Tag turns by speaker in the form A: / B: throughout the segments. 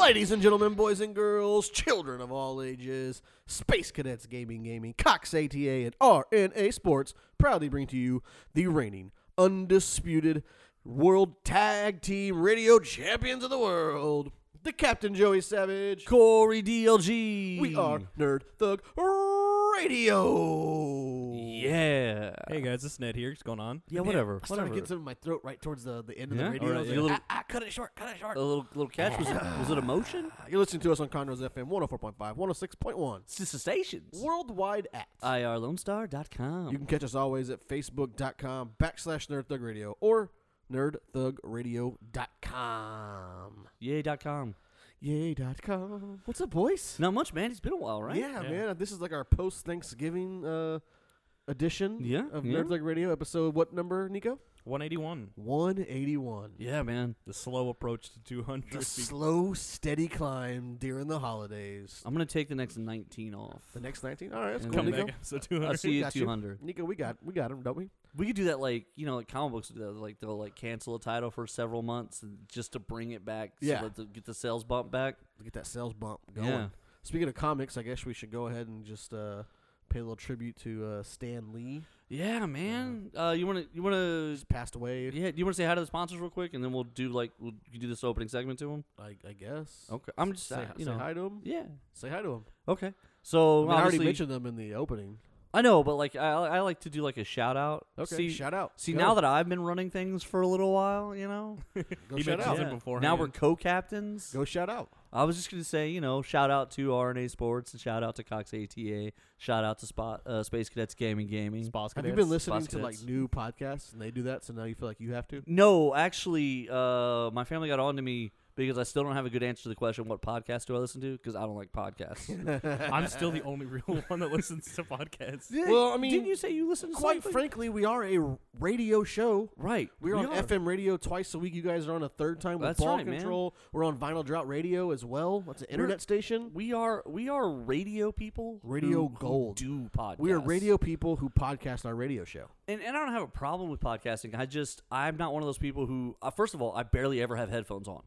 A: Ladies and gentlemen, boys and girls, children of all ages, Space Cadets Gaming Gaming, Cox ATA, and RNA Sports proudly bring to you the reigning, undisputed World Tag Team Radio Champions of the World, the Captain Joey Savage.
B: Corey DLG.
A: We are Nerd Thug Radio.
B: Yeah.
C: Hey guys, it's Ned here. What's going on?
B: Yeah, whatever.
A: I started
B: Whatever.
A: getting some in my throat right towards the, the end of
B: Yeah?
A: the radio.
B: All
A: I
B: right,
A: was
B: your
A: like,
B: little-
A: ah, ah, cut it short, cut it short.
B: A little little catch was it, was it a motion?
A: You're listening to us on Conroe's FM 104.5, 106.1,
B: It's just the stations.
A: worldwide at. you
B: IRLoneStar.com.
A: can catch us always at facebook.com backslash nerdthugradio or nerdthugradio.com.
B: Yay dot com.
A: Yay.com. What's up, boys?
B: Not much, man. It's been a while, right?
A: Yeah,
C: Yeah.
A: man. This is like our post Thanksgiving uh, edition
B: Yeah,
A: of
B: yeah.
A: Nerd Thug Radio, episode what number, Nico?
C: 181.
A: 181.
B: Yeah, man.
C: The slow approach to 200.
A: The slow, steady climb during the holidays.
B: I'm gonna take the next 19 off.
A: The next 19? All right, that's
B: Oh. And
A: cool,
C: Come
B: then
A: Nico.
C: back. So
B: I'll
C: 200.
B: see you
A: got
B: at
A: you.
B: 200.
A: Nico, we got we got him, don't we?
B: We could do that, like you know, like comic books do that. Like they'll like cancel a title for several months and just to bring it back, so
A: Yeah.
B: that to get the sales bump back.
A: Get that sales bump going.
B: Yeah.
A: Speaking of comics, I guess we should go ahead and just uh, pay a little tribute to uh, Stan Lee.
B: Yeah, man. Uh, you wanna you wanna
A: He's passed away,
B: yeah? Do you wanna say hi to the sponsors real quick, and then we'll do like we'll you do this opening segment to them.
A: I, I guess.
B: Okay, I'm just
A: Say,
B: uh, you
A: say
B: know
A: hi to him.
B: yeah.
A: Say hi to him.
B: Okay,
A: I,
B: so
A: mean, I already
B: obviously-
A: mentioned them in the opening.
B: I know, but like I I like to do like a shout out.
A: Okay.
B: See,
A: shout out.
B: see
A: Go.
B: now that I've been running things for a little while, you know,
A: go
C: he
A: shout
C: mentions
A: out.
C: it
B: Yeah.
C: beforehand.
B: now we're co captains.
A: Go shout out.
B: I was just gonna say, you know, shout out to RNA Sports and shout out to Cox ATA, shout out to Spot uh, Space Cadets Gaming Gaming.
C: Sposs
A: Have
C: cadets.
A: you been listening
B: Boss
A: to like
B: Cadets.
A: new podcasts and they do that, so now you feel like you have to?
B: No, actually, uh, my family got on to me because I still don't have a good answer to the question, what podcast do I listen to? Because I don't like podcasts.
C: I'm still the only real one that listens to podcasts.
A: Well, I mean,
B: didn't you say you listen to
A: Quite
B: something?
A: frankly, we are a radio show.
B: right?
A: We're
B: we
A: on
B: are.
A: FM radio twice a week. You guys are on a third time with
B: That's
A: Ball
B: right, man.
A: Control. We're on Vinyl Drought Radio as well. That's an internet station.
B: We are we are radio people.
A: Radio
B: who- who
A: gold.
B: do podcasts.
A: We are radio people who podcast our radio show.
B: and, and I don't have a problem with podcasting. I just I'm not one of those people who. Uh, first of all, I barely ever have headphones on.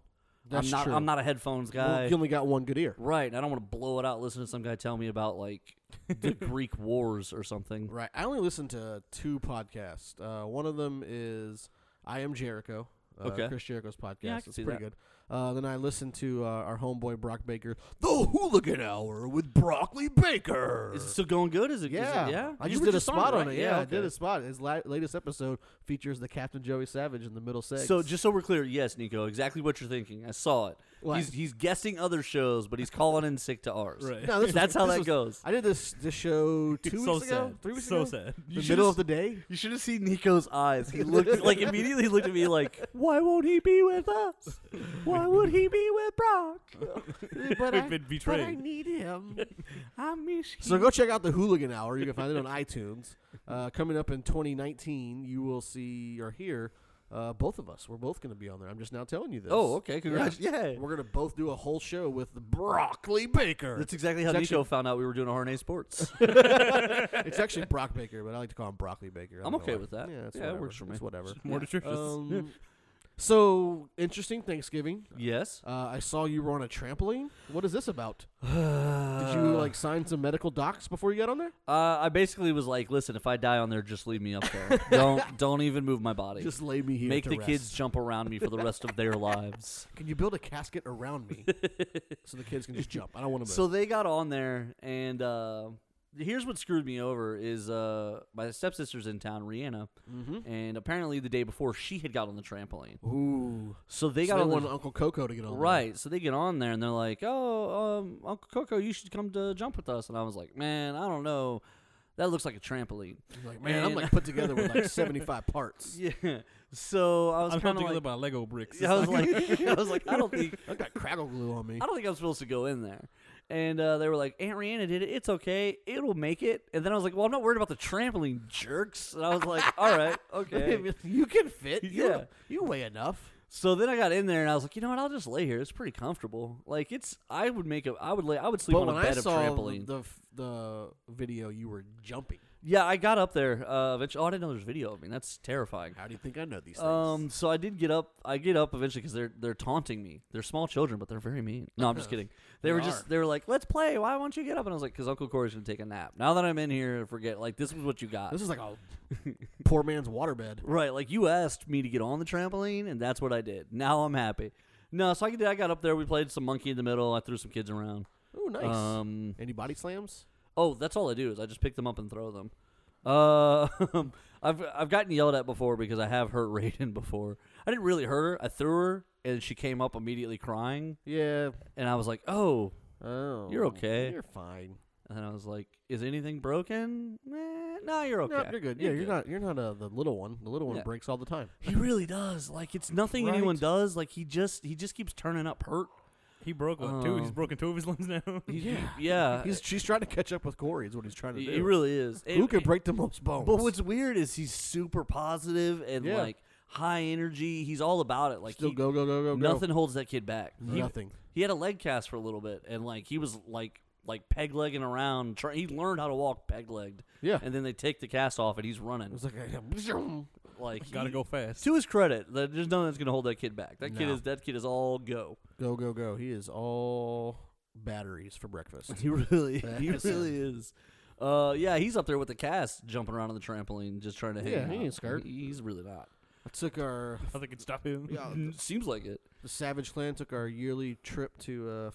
A: That's
B: I'm not,
A: true.
B: I'm not a headphones guy.
A: Well, you only got one good ear.
B: Right. and I don't want to blow it out listening to some guy tell me about like the Greek wars or something.
A: Right. I only listen to two podcasts. Uh, one of them is I Am Jericho. Uh,
B: Okay.
A: Chris Jericho's podcast.
B: Yeah, I can
A: it's
B: see
A: pretty
B: that.
A: good. Uh, then I listen to uh, our homeboy Brock Baker, The Hooligan Hour with Broccoli Baker.
B: Is it still going good? Is it? is it-
A: yeah,
B: yeah.
A: I
B: You
A: just
B: were
A: did a
B: on
A: spot on it.
B: right?
A: Yeah, I did
B: okay.
A: a spot. His la- latest episode features the Captain Joey Savage in the middle six.
B: So just so we're clear, yes, Nico, exactly what you're thinking. I saw it.
A: What?
B: He's he's guessing other shows, but he's calling in sick to ours.
C: Right.
A: No, this was-
B: That's how
A: this
B: that
A: was-
B: goes.
A: I did this this show two
C: so
A: weeks ago,
C: sad.
A: three weeks
C: so
A: ago,
C: sad.
A: the
C: You should've
A: middle of
C: s-
A: the day.
B: You should have seen Nico's eyes. He looked like immediately looked at me like, "Why won't he be with us? Why would he be with Brock?
A: but,
C: We've
A: I,
C: been
A: but I
C: betrayed.
A: need him.
B: I miss
A: So go check out the Hooligan Hour. You can find it on iTunes. Uh, coming up in 2019, you will see or hear uh, both of us. We're both going to be on there. I'm just now telling you this.
B: Oh, okay. Congrats. Yeah.
A: We're going to both do a whole show with Broccoli Baker.
B: That's exactly how
A: It's
B: Nico found out we were doing RNA Sports.
A: it's actually Brock Baker, but I like to call him Broccoli Baker. I don't
B: I'm
A: know
B: okay
A: why.
B: with that.
A: Yeah, it's
B: Yeah, it
A: whatever.
B: works for me.
A: It's whatever.
C: More nutritious.
A: Um, so interesting Thanksgiving.
B: yes.
A: Uh, I saw you were on a trampoline. What is this about?
B: Did
A: Did you like sign some medical docs before you got on there?
B: Uh, I basically was like, listen, if I die on there, just leave me up there. don't don't even move my body.
A: Just lay me here.
B: make
A: to
B: the
A: rest.
B: kids jump around me for the rest of their lives.
A: Can you build a casket around me so the kids can just jump? I don't want to.
B: So they got on there, and uh, here's what screwed me over: is uh, my stepsister's in town, Rihanna,
A: Mm-hmm.
B: and apparently the day before she had got on the trampoline.
A: ooh,
B: So they
A: they
B: got
A: got
B: on the
A: one Uncle Coco to get on. there.
B: Right. So they get on there and they're like, "Oh, um, Uncle Coco, you should come to jump with us." And I was like, "Man, I don't know. That looks like a trampoline."
A: He's Like man, I'm
B: And-
A: like put together with like 75 parts.
B: Yeah. So I was
C: I'm
B: kind
C: held
B: of
C: together
B: like,
C: by Lego bricks.
B: I was like, I was like, I don't think,
A: I got crackle glue on me.
B: I don't think I'm supposed to go in there. And uh, they were like, Aunt Rihanna did it. It's okay. It'll make it. And then I was like, Well, I'm not worried about the trampoline, jerks. And I was like, All right, okay.
A: you can fit. You-
B: Yeah.
A: you weigh enough.
B: So then I got in there and I was like, You know what? I'll just lay here. It's pretty comfortable. Like it's, I would make a, I would lay, I would sleep
A: but
B: on
A: when
B: a bed
A: I
B: of
A: saw
B: trampoline.
A: the the video, you were jumping.
B: Yeah, I got up there. Uh, eventually, oh, I didn't know there's video of me. That's terrifying.
A: How do you think I know these things?
B: Um, so I did get up. I get up eventually because they're they're taunting me. They're small children, but they're very mean. No, I'm just kidding. They,
A: They
B: were just
A: are.
B: they were like, "Let's play. Why won't you get up?" And I was like, "Cause Uncle Corey's gonna take a nap." Now that I'm in here, I forget like this was what you got.
A: this is like a poor man's waterbed.
B: Right, like you asked me to get on the trampoline, and that's what I did. Now I'm happy. No, so I did. I got up there. We played some monkey in the middle. I threw some kids around.
A: Oh, nice.
B: Um,
A: Any body slams?
B: oh, that's all I do is I just pick them up and throw them. Uh, I've I've gotten yelled at before because I have hurt Raiden before. I didn't really hurt her. I threw her, and she came up immediately crying,
A: Yeah.
B: and I was like, "Oh."
A: Oh,
B: okay.
A: You're fine.
B: And I was like, "Is anything broken? Eh, no, you're okay.
A: No, you're good. Yeah, you're not. You're not uh, the little one. The little one
B: Yeah.
A: breaks all the time.
B: He really does. Like it's nothing
A: Right.
B: anyone does. Like he just he just keeps turning up hurt.
C: He broke one too. He's
B: Um,
C: broken two of his limbs now.
B: He's- yeah.
A: He's she's trying to catch up with Corey. Is what he's trying to
B: Uh, He
A: do.
B: he really is.
A: Who
B: And-
A: can break the most bones?
B: But what's weird is he's super positive and
A: Yeah.
B: like high energy. He's all about it. Like
A: still
B: he-
A: go go go go go?
B: nothing holds that kid back. He,
A: Nothing.
B: he had a leg cast for a little bit, and like he was like like peg legging around. Try, he learned how to walk peg legged,
A: Yeah.
B: and then they take the cast off, and he's running.
A: It's like a-
B: Like
C: Gotta
B: he-
C: go fast.
B: To his credit, that- there's nothing that's gonna hold that kid back. That kid
A: No.
B: is that kid is all go.
A: go go go. He is all batteries for breakfast.
B: He really, he
A: That's him.
B: really is. Uh, yeah, he's up there with the cast, jumping around on the trampoline, just trying to hang.
A: Yeah, he
B: out.
A: ain't scared.
B: He- He's really not.
A: I took our
C: Nothing can stop him.
A: yeah,
B: Seems like it.
A: the Savage Clan took our yearly trip to uh,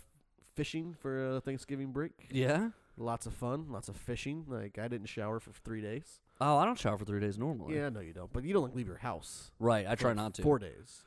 A: fishing for uh, Thanksgiving break.
B: Yeah.
A: Lots of fun, lots of fishing. Like I didn't shower for three days.
B: Oh, I don't shower for three days normally.
A: Yeah, I know you don't, but you don't like leave your house.
B: Right. I
A: for,
B: try
A: like,
B: not to.
A: Four days.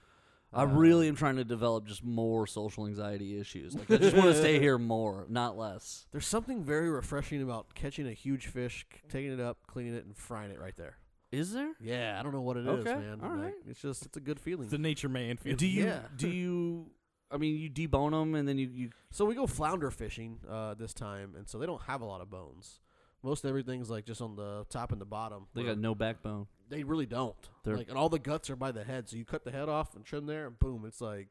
B: I really am trying to develop just more social anxiety issues. Like I just want to stay here more, not less.
A: There's something very refreshing about catching a huge fish, c- taking it up, cleaning it, and frying it right there.
B: Is there?
A: Yeah, I don't know what it is,
B: Okay,
A: man.
B: all
A: Like,
B: right.
A: It's just it's a good feeling.
C: It's a nature man. Feeling.
B: Do you?
A: Yeah.
B: Do you? I mean, you debone them and then you. you
A: So we go flounder fishing uh, this time, and so they don't have a lot of bones. Most everything's like just on the top and the bottom.
B: they
A: where
B: got no backbone.
A: they really don't.
B: They're-
A: like, and all the guts are by the head. So you cut the head off and trim there, and boom, it's like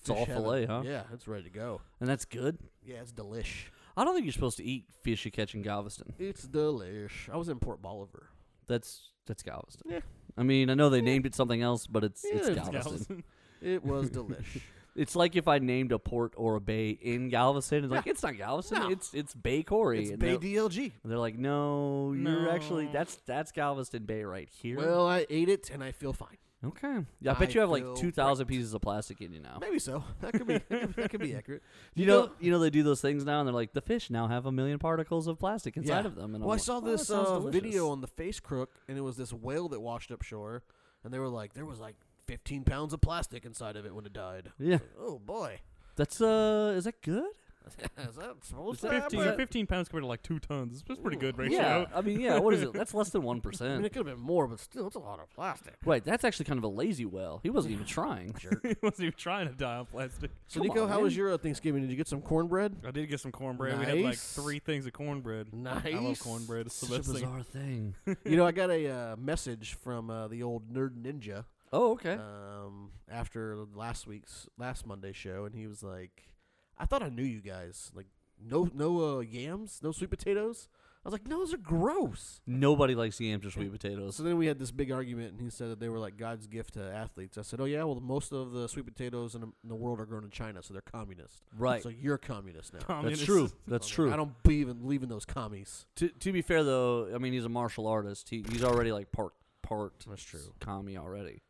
B: It's all
A: fish heaven.
B: fillet, huh?
A: Yeah, it's ready to go.
B: And that's good.
A: Yeah, it's delish.
B: I don't think you're supposed to eat fish you catch in Galveston.
A: It's delish. I was in Port Bolivar.
B: That's that's Galveston.
A: Yeah.
B: I mean, I know they named it something else, but it's
A: Yeah,
B: it's
A: it's
B: Galveston.
A: It was delish.
B: It's like if I named a port or a bay in Galveston, it's like it's not Galveston.
A: No.
B: It's it's Bay Corey.
A: it's
B: and
A: Bay
B: they're-
A: DLG.
B: They're like, no, you're actually
C: No.
B: that's that's Galveston Bay right here.
A: Well, I ate it and I feel fine.
B: okay. Yeah, I bet
A: I
B: you have like
A: feel
B: two thousand
A: great.
B: pieces of plastic in you now.
A: Maybe so. That could be. that could be accurate.
B: You know, you know they do those things now, and they're like, the fish now have a million particles of plastic inside
A: Yeah.
B: of them. And
A: Well,
B: I'm
A: I
B: like,
A: saw
B: "Oh, that
A: this
B: sounds
A: uh,
B: delicious."
A: video on the face crook, and it was this whale that washed up shore, and they were like, there was like 15 pounds of plastic inside of it when it died.
B: Yeah,
A: Oh boy,
B: that's uh, is that good?
A: is that supposed
B: It's
A: to
B: Yeah,
C: 15,
A: happen?
C: 15 pounds compared to like two tons. It's- That's pretty good ratio.
B: Yeah, I mean, yeah. What is it? That's less than one
A: I mean,
B: percent.
A: it could have been more, but still, it's a lot of plastic.
B: Right. That's actually kind of a lazy whale. He wasn't even trying.
C: he wasn't even trying to die on plastic.
A: So,
B: Come
A: Nico,
B: on,
A: how was
B: man.
A: your uh, Thanksgiving? Did you get some cornbread?
C: I did get some cornbread. We had like
A: Nice.
C: three things of cornbread.
A: Nice.
C: I love cornbread. It's the
B: Such a
C: best thing.
B: bizarre thing.
A: you know, I got a uh, message from uh, the old nerd ninja
B: Oh, okay.
A: um, after last week's last Monday show, and he was like, "I thought I knew you guys. Like, no, no uh, yams, no sweet potatoes." I was like, "No, those are gross."
B: Nobody likes yams or sweet potatoes.
A: So then we had this big argument, and he said that they were like God's gift to athletes. I said, "Oh yeah, well most of the sweet potatoes in, in the world are grown in China, so they're communist.
B: Right.
A: So you're communist now." I
B: That's true. That's
A: was like,
B: true.
A: I don't believe in leaving those commies.
B: To, to be fair though, I mean he's a martial artist. He, he's already like part part
A: That's true.
B: commie already.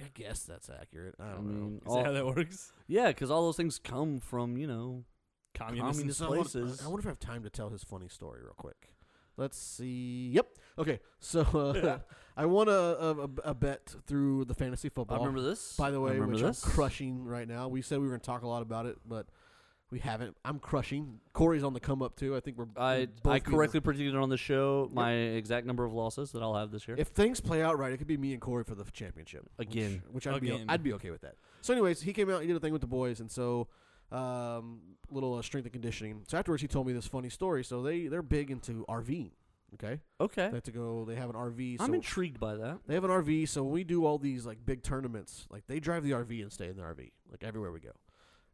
A: I guess that's accurate. I
B: I,
A: don't know.
B: mean,
C: Is that how
B: all-
C: that works?
B: yeah, because all those things come from you know.
C: Communist.
B: Communist.
A: So I wonder-
B: places.
A: I wonder if I have time to tell his funny story real quick. Let's see. Yep. Okay. So uh, I won a, a, a- a bet through the fantasy football.
B: I remember this.
A: By the
B: I
A: way,
B: remember
A: which
B: this.
A: I'm crushing right now. We said we were going to talk a lot about it, but we haven't. I'm crushing. Corey's on the come up too. I think we're. we're
B: I
A: both
B: I
A: gonna-
B: correctly predicted on the show my exact number of losses that I'll have this year.
A: If things play out right, it could be me and Corey for the f- championship which-
B: Again.
A: Which, I'd be
C: Again.
A: I'd be okay with that. So, anyways, he came out. He did a thing with the boys, and so um, little uh, strength and conditioning. So afterwards, he told me this funny story. So they they're big into RVing. Okay,
B: okay,
A: they have to go. They have an RV. So
B: I'm intrigued by that.
A: they have an RV. So when we do all these like big tournaments, like they drive the RV and stay in the RV, like everywhere we go.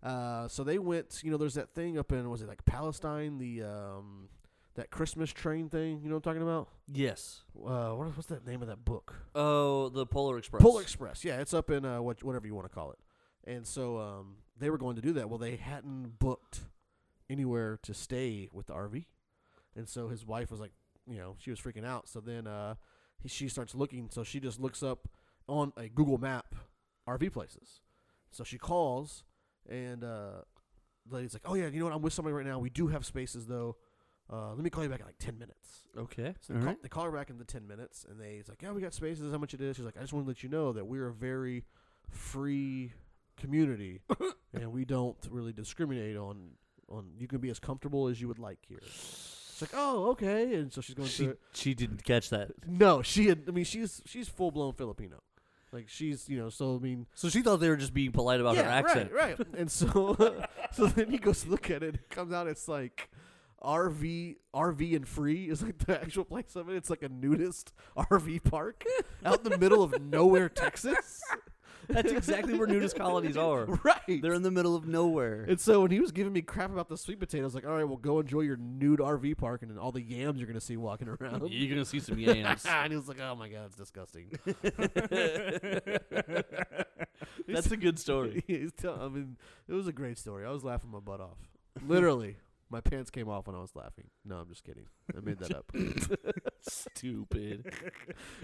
A: Uh, so they went. You know, there's that thing up in was it like Palestine? The um, that Christmas train thing. You know what I'm talking about?
B: Yes.
A: Uh, what, what's that name of that book?
B: Oh, the Polar Express.
A: Polar Express. Yeah, it's up in uh, what, whatever you want to call it. And so um, they were going to do that. Well, they hadn't booked anywhere to stay with the RV, and so his wife was like, you know, she was freaking out. So then uh, he, she starts looking. So she just looks up on a Google Map RV places. So she calls, and uh, the lady's like, "Oh yeah, you know what? I'm with somebody right now. We do have spaces though. Uh, let me call you back in like ten minutes."
B: Okay.
A: So they
B: all
A: call,
B: right.
A: they call her back in the 10 minutes and they, it's like, yeah, we got spaces, how much it is. She's like, I just want to let you know that we're a very free community and we don't really discriminate on, on, you can be as comfortable as you would like here. It's like, oh, okay. And so she's going
B: She
A: through it.
B: she didn't catch that.
A: No, she had, I mean, she's, she's full blown Filipino. Like she's, you know, so I mean,
B: So she thought they were just being polite about her
A: yeah,
B: accent.
A: right, right. And so, so then he goes to look at it. It comes out. It's like RV, RV and free is like the actual place of it. It's like a nudist RV park out in the middle of nowhere, Texas.
B: That's exactly where nudist colonies are.
A: Right.
B: They're in the middle of nowhere.
A: and so when he was giving me crap about the sweet potato, I was like, all right, well, go enjoy your nude RV park and all the yams you're going to see walking around.
B: You're gonna see some yams.
A: and he was like, oh my God, it's disgusting.
B: That's a good story.
A: He's tell- I mean, it was a great story. I was laughing my butt off. Literally, my pants came off when I was laughing. No, I'm just kidding. I made that up.
B: Stupid.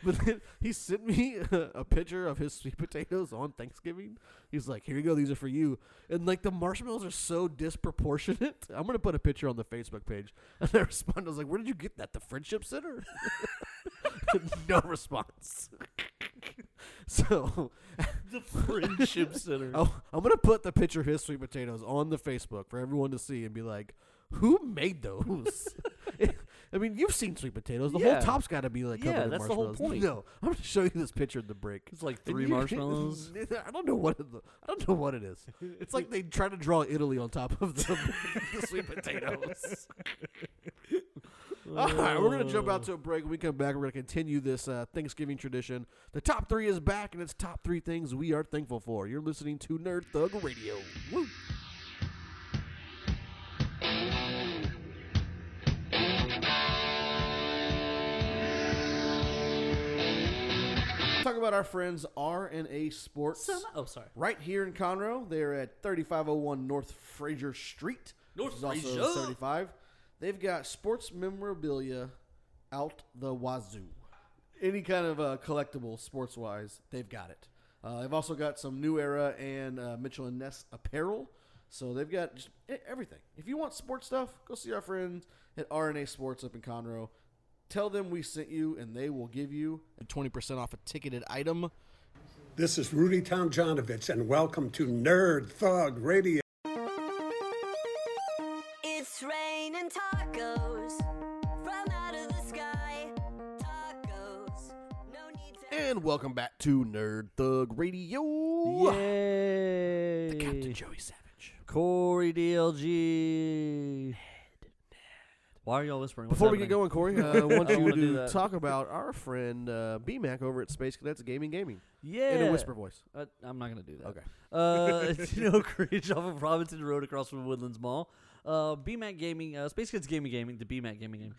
A: But then he sent me a, a picture of his sweet potatoes on Thanksgiving. He's like, "Here you go. These are for you." And like the marshmallows are so disproportionate. I'm gonna put a picture on the Facebook page. And I responded, "I was like, where did you get that? The Friendship Center?" no response. so
B: The friendship center.
A: Oh, I'm gonna put the picture of his sweet potatoes on the Facebook for everyone to see and be like, "Who made those?" I mean, you've seen sweet potatoes. The
B: Yeah.
A: whole top's got to be like covered
B: Yeah,
A: in
B: that's the whole
A: marshmallows.
B: point.
A: No, I'm gonna show you this picture in the break.
B: It's like
A: And
B: three
A: you-
B: marshmallows.
A: I don't know what it, I don't know what it is. It's like they try to draw Italy on top of the, the sweet potatoes. All right, we're gonna jump out to a break. When we come back, we're gonna continue this uh, Thanksgiving tradition. The top three is back, and it's top three things we are thankful for. You're listening to Nerd Thug Radio. Woo. Talk about our friends R and A Sports
B: Oh, sorry.
A: right here in Conroe. They're at 3501 North Fraser Street.
B: North
A: which is also
B: Fraser.
A: 35. They've got sports memorabilia out the wazoo. Any kind of uh, collectible sports wise, they've got it. Uh, they've also got some New Era and uh, Mitchell and Ness apparel. So they've got just e- everything. If you want sports stuff, go see our friends at RNA Sports up in Conroe. Tell them we sent you, and they will give you 20% off a ticketed item.
D: This is Rudy Tomjanovich, and welcome to Nerd Thug Radio.
E: It's rain and tacos from out of the sky. Tacos, no need to.
A: And welcome back to Nerd Thug Radio.
B: Yay!
A: Captain Joey Savage.
B: Corey DLG. Why are y'all whispering? What's
A: Before we get
B: happening?
A: going, Corey, uh, I want
B: I don't
A: you
B: wanna do
A: to
B: that.
A: talk about our friend uh, BMAC over at Space Cadets Gaming Gaming
B: yeah,
A: in a whisper voice.
B: Uh, I'm not gonna do that.
A: Okay.
B: Uh, it's in Oak Ridge off of Robinson Road across from Woodlands Mall. Uh, BMAC Gaming, uh, Space Kids Gaming Gaming, the BMAC Gaming Gaming.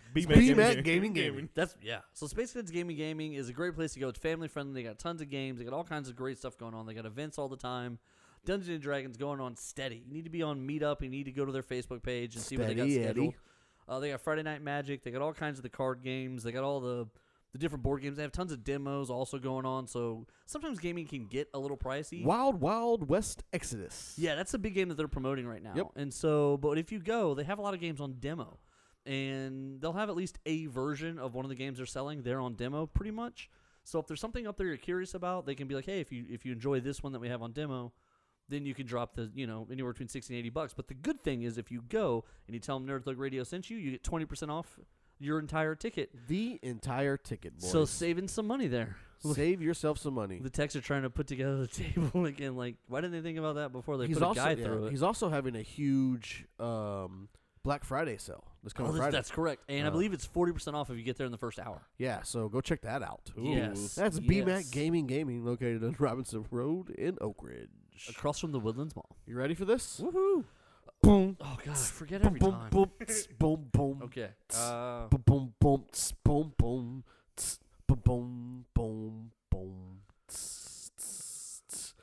A: BMAC Gaming Gaming.
B: That's yeah. So Space Kids Gaming Gaming is a great place to go. It's family friendly. They got tons of games. They got all kinds of great stuff going on. They got events all the time. Dungeons and Dragons going on steady. You need to be on Meetup. You need to go to their Facebook page and see what they got
A: Steady Eddie.
B: scheduled. Uh, they got Friday Night Magic. They got all kinds of the card games. They got all the the different board games. They have tons of demos also going on. So sometimes gaming can get a little pricey.
A: Wild Wild West Exodus.
B: Yeah, that's a big game that they're promoting right now.
A: Yep.
B: And so, but if you go, they have a lot of games on demo. And they'll have at least a version of one of the games they're selling there on demo pretty much. So if there's something up there you're curious about, they can be like, "Hey, if you if you enjoy this one that we have on demo, then you can drop the, you know, anywhere between 60 and 80 bucks." But the good thing is if you go and you tell them Nerd Thug Radio sent you, you get 20% off your entire ticket.
A: The entire ticket, boys.
B: So saving some money there.
A: save yourself some money.
B: The techs are trying to put together the table again. Like, why didn't they think about that before they put a guy
A: yeah,
B: through it?
A: he's also having a huge um, Black Friday sale this coming
B: Oh, that's,
A: Friday.
B: that's correct. And I believe it's 40% off if you get there in the first hour.
A: Yeah, so go check that out.
B: Yes,
A: That's
B: yes.
A: BMAC Gaming Gaming located on Robinson Road in Oak Ridge.
B: Across from the Woodlands Mall.
A: You ready for this?
B: Woohoo.
A: boom.
B: Oh god, I
A: tss,
B: forget
A: Boom,
B: every
A: boom,
B: time.
A: boom, tss, boom, boom.
B: Okay.
A: Tss,
B: Uh,
A: Boom, boom, boom, tss, boom, boom. Tss, boom, boom, boom, boom. Tss, tss, tss.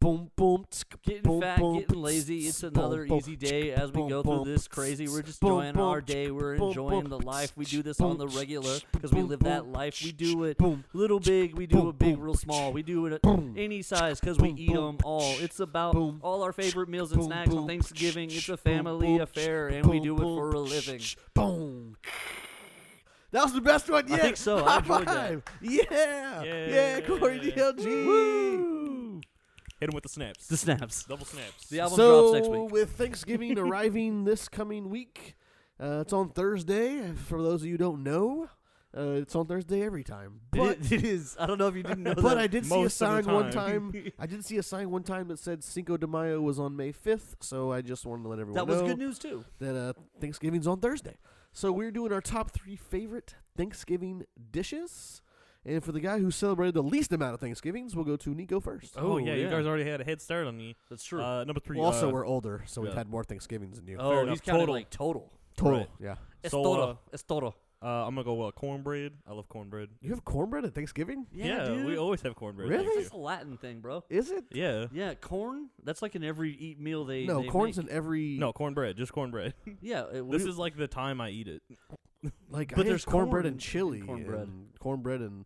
A: Boom, boom, tsk,
B: Getting
A: boom,
B: fat,
A: boom,
B: getting lazy.
A: tss,
B: It's
A: boom,
B: another
A: boom,
B: easy day
A: tsk,
B: as we
A: boom,
B: go through
A: boom,
B: this crazy. We're just
A: boom,
B: enjoying
A: boom,
B: our day. We're
A: boom,
B: enjoying
A: boom,
B: the life. We do this
A: boom,
B: on the regular because we
A: boom,
B: live that
A: boom,
B: life. We do it
A: boom,
B: little big. We do
A: boom,
B: it big,
A: boom,
B: real small. We do it
A: boom,
B: any size because we
A: boom,
B: eat
A: boom,
B: them all. It's about
A: boom,
B: all our favorite meals and
A: boom,
B: snacks
A: boom,
B: on Thanksgiving. It's a
A: boom,
B: family
A: boom,
B: affair, and we
A: boom,
B: do it
A: boom,
B: for a living.
A: Boom. That was the best one yet.
B: think so. I
A: High
B: enjoyed that.
A: five. Yeah. yeah. Corey
C: Yeah.
A: DLG.
C: Hit him with the snaps.
B: The snaps.
C: Double snaps.
B: The album
A: so
B: drops next week.
A: with Thanksgiving arriving this coming week, uh, it's on Thursday. For those of you who don't know, uh, it's on Thursday every time. But,
B: it is. I don't know if you didn't know
A: but
B: that.
A: I did see a
C: most of
A: sign
C: the
A: one
C: time.
A: time. I did see a sign one time that said Cinco de Mayo was on May fifth. So I just wanted to let everyone
B: that
A: know
B: was good news too.
A: that uh, Thanksgiving's on Thursday. So we're doing our top three favorite Thanksgiving dishes. And for the guy who celebrated the least amount of Thanksgivings, we'll go to Nico first.
C: Oh,
B: Oh,
C: yeah, you
B: yeah.
C: guys already had a head start on me.
B: That's true.
C: Uh, number three.
A: Well, also,
C: uh,
A: we're older, so we've
C: yeah.
A: had more Thanksgivings than you.
B: oh,
C: fair
B: he's
C: enough.
B: counting
C: Total.
B: like total.
A: Total,
C: right.
A: yeah.
B: Es
C: So,
B: todo.
C: uh,
B: es todo.
C: uh, I'm gonna go uh, cornbread. I love cornbread.
A: You have cornbread at Thanksgiving?
B: Yeah, dude.
C: we always have cornbread.
A: Really?
B: It's
C: Thanks,
B: just a Latin thing, bro.
A: Is it?
C: too. Yeah.
B: Yeah, corn. That's like in every eat meal they.
A: no,
B: they
A: corn's
B: make.
A: in every.
C: No cornbread, just cornbread.
B: Yeah, it,
C: this
B: we-
C: is like the time I eat it.
A: like,
B: but
A: I had
B: there's
A: cornbread
B: corn
A: and chili,
B: in cornbread.
A: and cornbread and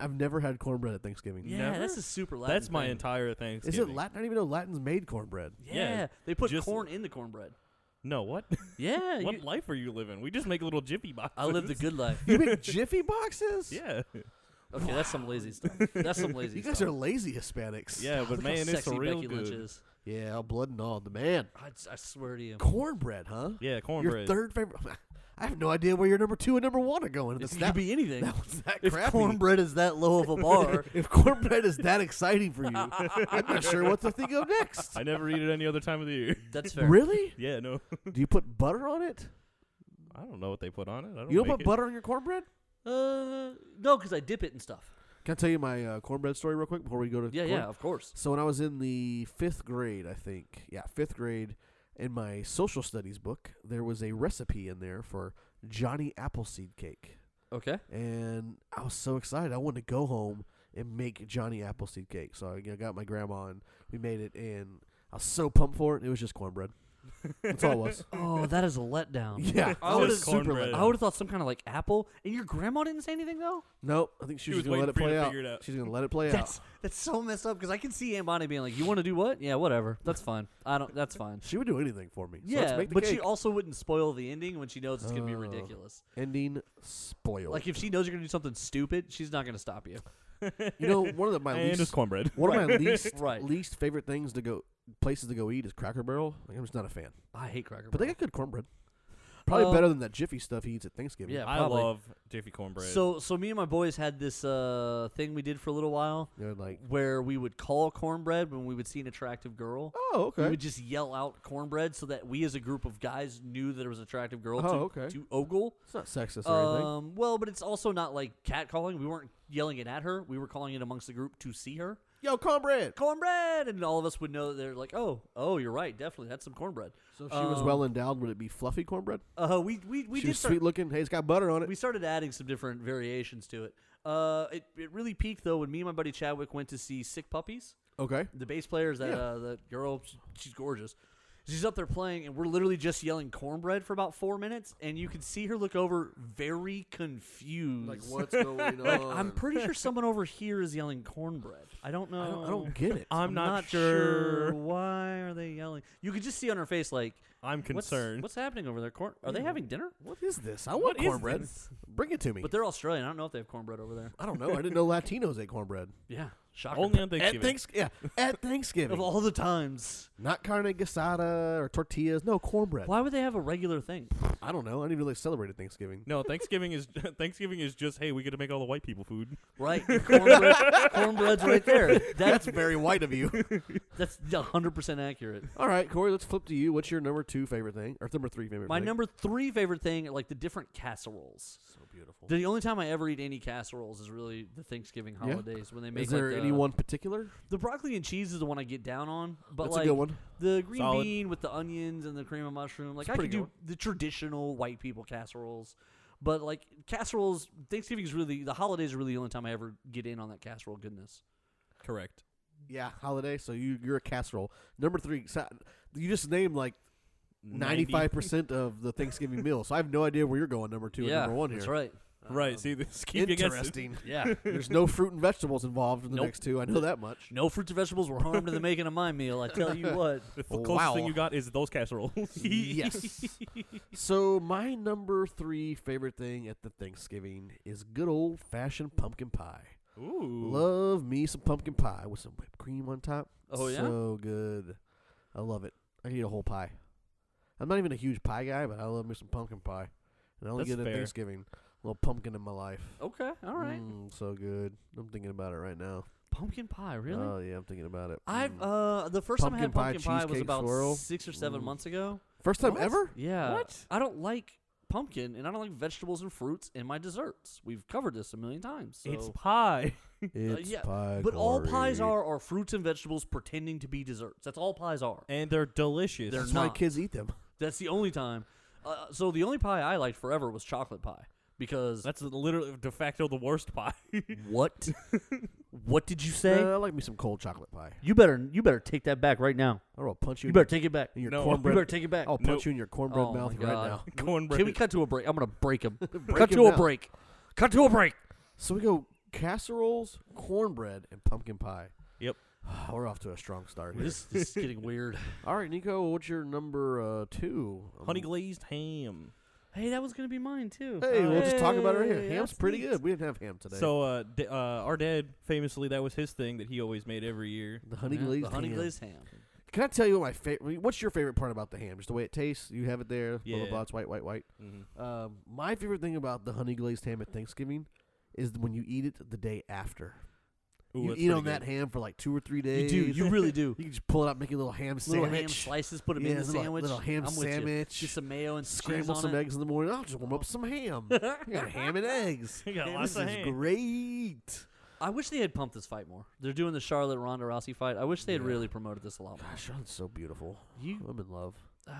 A: I, have never had cornbread at Thanksgiving.
B: Yeah,
C: Never?
B: that's a super Latin.
C: That's my
B: thing.
C: entire Thanksgiving.
A: Is it Latin? I don't even know Latin's made cornbread.
B: Yeah,
C: Yeah,
B: they put
C: just-
B: corn in the cornbread.
C: No, what?
B: Yeah,
C: what
B: you-
C: life are you living? We just make little jiffy boxes.
B: I live the good life.
A: You make jiffy boxes?
C: Yeah.
B: Okay, that's some lazy stuff. That's some lazy
A: You guys
B: stuff.
A: are lazy Hispanics.
C: Yeah, but
B: Look
C: man,
B: how
C: it's
B: sexy
C: a real
B: Becky Lynch
C: good.
B: is.
A: Yeah, blood and all. The man.
B: I, s- I swear to you.
A: Cornbread, huh?
C: Yeah,
A: Your
C: cornbread.
A: third favorite. I have no idea where your number two and number one are going.
B: It
A: That's
B: could
A: that,
B: be anything.
A: that was that
B: if
A: crappy.
B: cornbread is that low of a bar,
A: if cornbread is that exciting for you, I'm not sure what to think of next.
C: I never eat it any other time of the year.
B: that's fair.
A: Really?
C: Yeah, no.
A: Do you put butter on it?
C: I don't know what they put on it. I don't
A: you don't
C: make
A: put
C: it.
A: butter on your cornbread?
B: Uh, no, because I dip it and stuff.
A: Can I tell you my uh, cornbread story real quick before we go to
B: Yeah,
A: corn?
B: yeah, of course.
A: So when I was in the fifth grade, I think, yeah, fifth grade, in my social studies book, there was a recipe in there for Johnny Appleseed cake,
B: Okay.
A: and I was so excited. I wanted to go home and make Johnny Appleseed cake. So I you know, got my grandma and we made it, and I was so pumped for it. It was just cornbread. That's all it was.
B: Oh, that is a letdown.
A: Yeah,
B: I
A: it
B: would've-
A: was super.
C: cornbread.
A: lame.
B: I would have thought some kind of like apple. And your grandma didn't say anything though.
A: Nope, I think she, was,
C: was
A: gonna let it
C: waiting for you
A: play
C: to
A: out.
C: figure it out.
A: She's gonna let it play
B: That's
A: out.
B: that's so messed up because I can see Aunt Bonnie being like, "You want to do what? Yeah, whatever. That's fine. I don't. That's fine."
A: She would do anything for me. So
B: yeah,
A: let's make the
B: but
A: cake.
B: she also wouldn't spoil the ending when she knows it's gonna be
A: Oh.
B: ridiculous.
A: ending spoiled.
B: Like if she knows you're gonna do something stupid, she's not gonna stop you.
A: you know, one of the, my
C: And
A: least
C: it's cornbread.
A: One of my least
B: Right.
A: least favorite things to go places to go eat is Cracker Barrel. Like, I'm just not a fan,
B: I hate Cracker
A: but they
B: Barrel.
A: got good cornbread. Probably
B: Uh,
A: better than that Jiffy stuff he eats at Thanksgiving.
B: Yeah,
C: I
B: probably.
C: love jiffy cornbread.
B: So so me and my boys had this uh, thing we did for a little while
A: You know, like
B: where we would call cornbread when we would see an attractive girl.
A: oh
B: We
A: okay,
B: would just yell out cornbread so that we as a group of guys knew that there was an attractive girl to,
A: Oh, okay.
B: to ogle.
A: it's not sexist or anything.
B: Um, well, but it's also not like catcalling. We weren't yelling it at her. We were calling it amongst the group to see her.
A: Yo, cornbread.
B: Cornbread! And all of us would know that they're like, oh, oh, you're right. Definitely. That's some cornbread.
A: So if she was well endowed, would it be fluffy cornbread?
B: Uh, we, we, we
A: she
B: did
A: was
B: start
A: sweet looking. Hey, it's got butter on it.
B: we started adding some different variations to it. Uh, it, it really peaked though when me and my buddy Chadwick went to see Sick Puppies.
A: okay,
B: The bass player is that
A: Yeah.
B: uh, the girl. sh- She's gorgeous. She's up there playing, and we're literally just yelling cornbread for about four minutes, and you can see her look over, very confused.
A: going
B: Like, I'm pretty sure someone over here is yelling cornbread. I don't know.
A: I don't, I don't get it.
C: I'm not, sure.
B: Why are they yelling? You could just see on her face, like
C: I'm
B: what's-
C: concerned.
B: What's, happening over there? Corn? Are they having dinner?
A: what is this? I want
C: is
A: cornbread.
C: this?
A: Bring it to me.
B: But they're Australian. I don't know if they have cornbread over there.
A: I don't know. I didn't know Latinos ate cornbread.
B: Yeah, shocking.
C: Only on
A: At
C: Thanksgiving.
A: thanks, yeah, at Thanksgiving,
B: of all the times.
A: not carne gasada or tortillas. No cornbread.
B: Why would they have a regular thing?
A: I don't know. I didn't even really celebrate Thanksgiving.
C: no, Thanksgiving is Thanksgiving is just hey, we get to make all the white people food.
B: Right, cornbread, cornbread's right there.
A: That's
B: That's
A: very white of you.
B: that's hundred percent accurate.
A: All right, Corey, let's flip to you. What's your number two favorite thing, or number three favorite?
B: My
A: thing?
B: number three favorite thing, are, like the different casseroles.
A: So beautiful.
B: The only time I ever eat any casseroles is really the Thanksgiving holidays when they make
A: Is there
B: like the,
A: Any one particular?
B: The broccoli and cheese is the one I get down on, but
A: That's a
B: like
A: good one.
B: the green
A: Solid.
B: bean with the onions and the cream of mushroom, like
A: It's a
B: I
A: pretty
B: could
A: good
B: do
A: one.
B: the traditional white people casseroles, but like casseroles, Thanksgiving's really the holidays are really the only time I ever get in on that casserole goodness.
C: Correct.
A: Yeah, holiday. So you you're a casserole. Number three. So you just named like ninety five percent of the Thanksgiving meal. So I have no idea where you're going. Number two
B: yeah,
A: and number one here.
B: that's right.
C: Right. See, this keep you guessing.
A: Interesting.
B: Yeah,
A: There's no fruit and vegetables involved in the
B: Nope.
A: next two. I know that much.
B: no fruits and vegetables were harmed in the making of my meal. I tell you what.
C: The f- closest
A: Wow.
C: thing you got is those casseroles.
A: yes. So my number three favorite thing at the Thanksgiving is good old fashioned pumpkin pie.
C: Ooh.
A: Love me some pumpkin pie with some whipped cream on top.
B: Oh, yeah?
A: so good. I love it. I could eat a whole pie. I'm not even a huge pie guy, but I love me some pumpkin pie, and I only
C: That's
A: get it at
C: fair.
A: Thanksgiving. A little pumpkin in my life.
B: Okay, Oh, all right.
A: Mm, so good. I'm thinking about it right now.
B: Pumpkin pie, really?
A: Oh yeah, I'm thinking about it.
B: I've
A: Mm.
B: uh the first time I had
A: Pumpkin pie,
B: pumpkin pie, was
A: cheesecake
B: about
A: swirl.
B: six or seven
A: Mm.
B: months ago.
A: first time
C: what?
A: ever.
B: Yeah.
C: What?
B: I don't like pumpkin and I don't like vegetables and fruits in my desserts. We've covered this a million times. So.
C: It's pie.
A: It's
B: Uh, yeah,
A: pie.
B: but all pies
A: glory.
B: are are fruits and vegetables pretending to be desserts. That's all pies are.
C: And they're delicious.
B: They're
A: That's why
B: not.
A: kids eat them.
B: That's the only time. Uh, so the only pie I liked forever was chocolate pie because
C: That's literally de facto the worst pie.
B: what? what did you say?
A: Nah, I like me some cold chocolate pie.
B: you better you better take that back right now.
A: I will punch you.
B: You
A: in
B: better take it back.
A: in your
C: No.
A: cornbread.
B: You better take it back.
A: I'll punch
C: Nope.
A: you in your cornbread
B: Oh,
A: mouth
B: my
A: right
B: God.
A: now.
C: Cornbread.
B: Can we cut to a break? I'm gonna break him.
A: Break
B: cut
A: 'em
B: to a
A: down.
B: break. Cut to a break.
A: So we go casseroles, cornbread, and pumpkin pie.
C: Yep.
A: We're off to a strong start. Here.
B: This, this is getting weird.
A: All right, Nico, what's your number uh, two? Um,
C: Honey glazed ham.
B: Hey, that was gonna be mine too.
A: Hey, we'll just talk about it right here.
C: Hey,
A: Ham's
C: that's
A: pretty
C: neat.
A: good. We didn't have ham today.
C: So, uh, d- uh, our dad famously that was his thing that he always made every year.
A: the honey glazed
B: the honey
A: ham.
B: glazed ham.
A: Can I tell you what my favorite? What's your favorite part about the ham? Just the way it tastes. You have it there. Blah blah
C: Yeah.
A: blah. It's white, white, white.
C: Mm-hmm.
A: Um, my favorite thing about the honey glazed ham at Thanksgiving is when you eat it the day after. you eat on that ham for like two or three
B: You
A: days.
B: do. You really do.
A: You can just pull it out, make a little ham
B: Little
A: sandwich.
B: ham slices, put them
A: Yeah,
B: in the
A: little-
B: sandwich.
A: little ham
B: I'm with you.
A: sandwich.
B: Get some mayo and
A: Scramble
B: cheese on
A: some
B: it.
A: eggs in the morning. I'll just warm up some ham. I got ham and eggs.
C: You got
A: Man,
C: lots
A: this
C: of
A: is
C: ham.
A: great.
B: I wish they had pumped this fight more. They're doing the Charlotte Ronda Rousey fight. I wish they had really promoted this a lot more.
A: Gosh, Charlotte's so beautiful.
B: You,
A: I'm in love.
B: uh,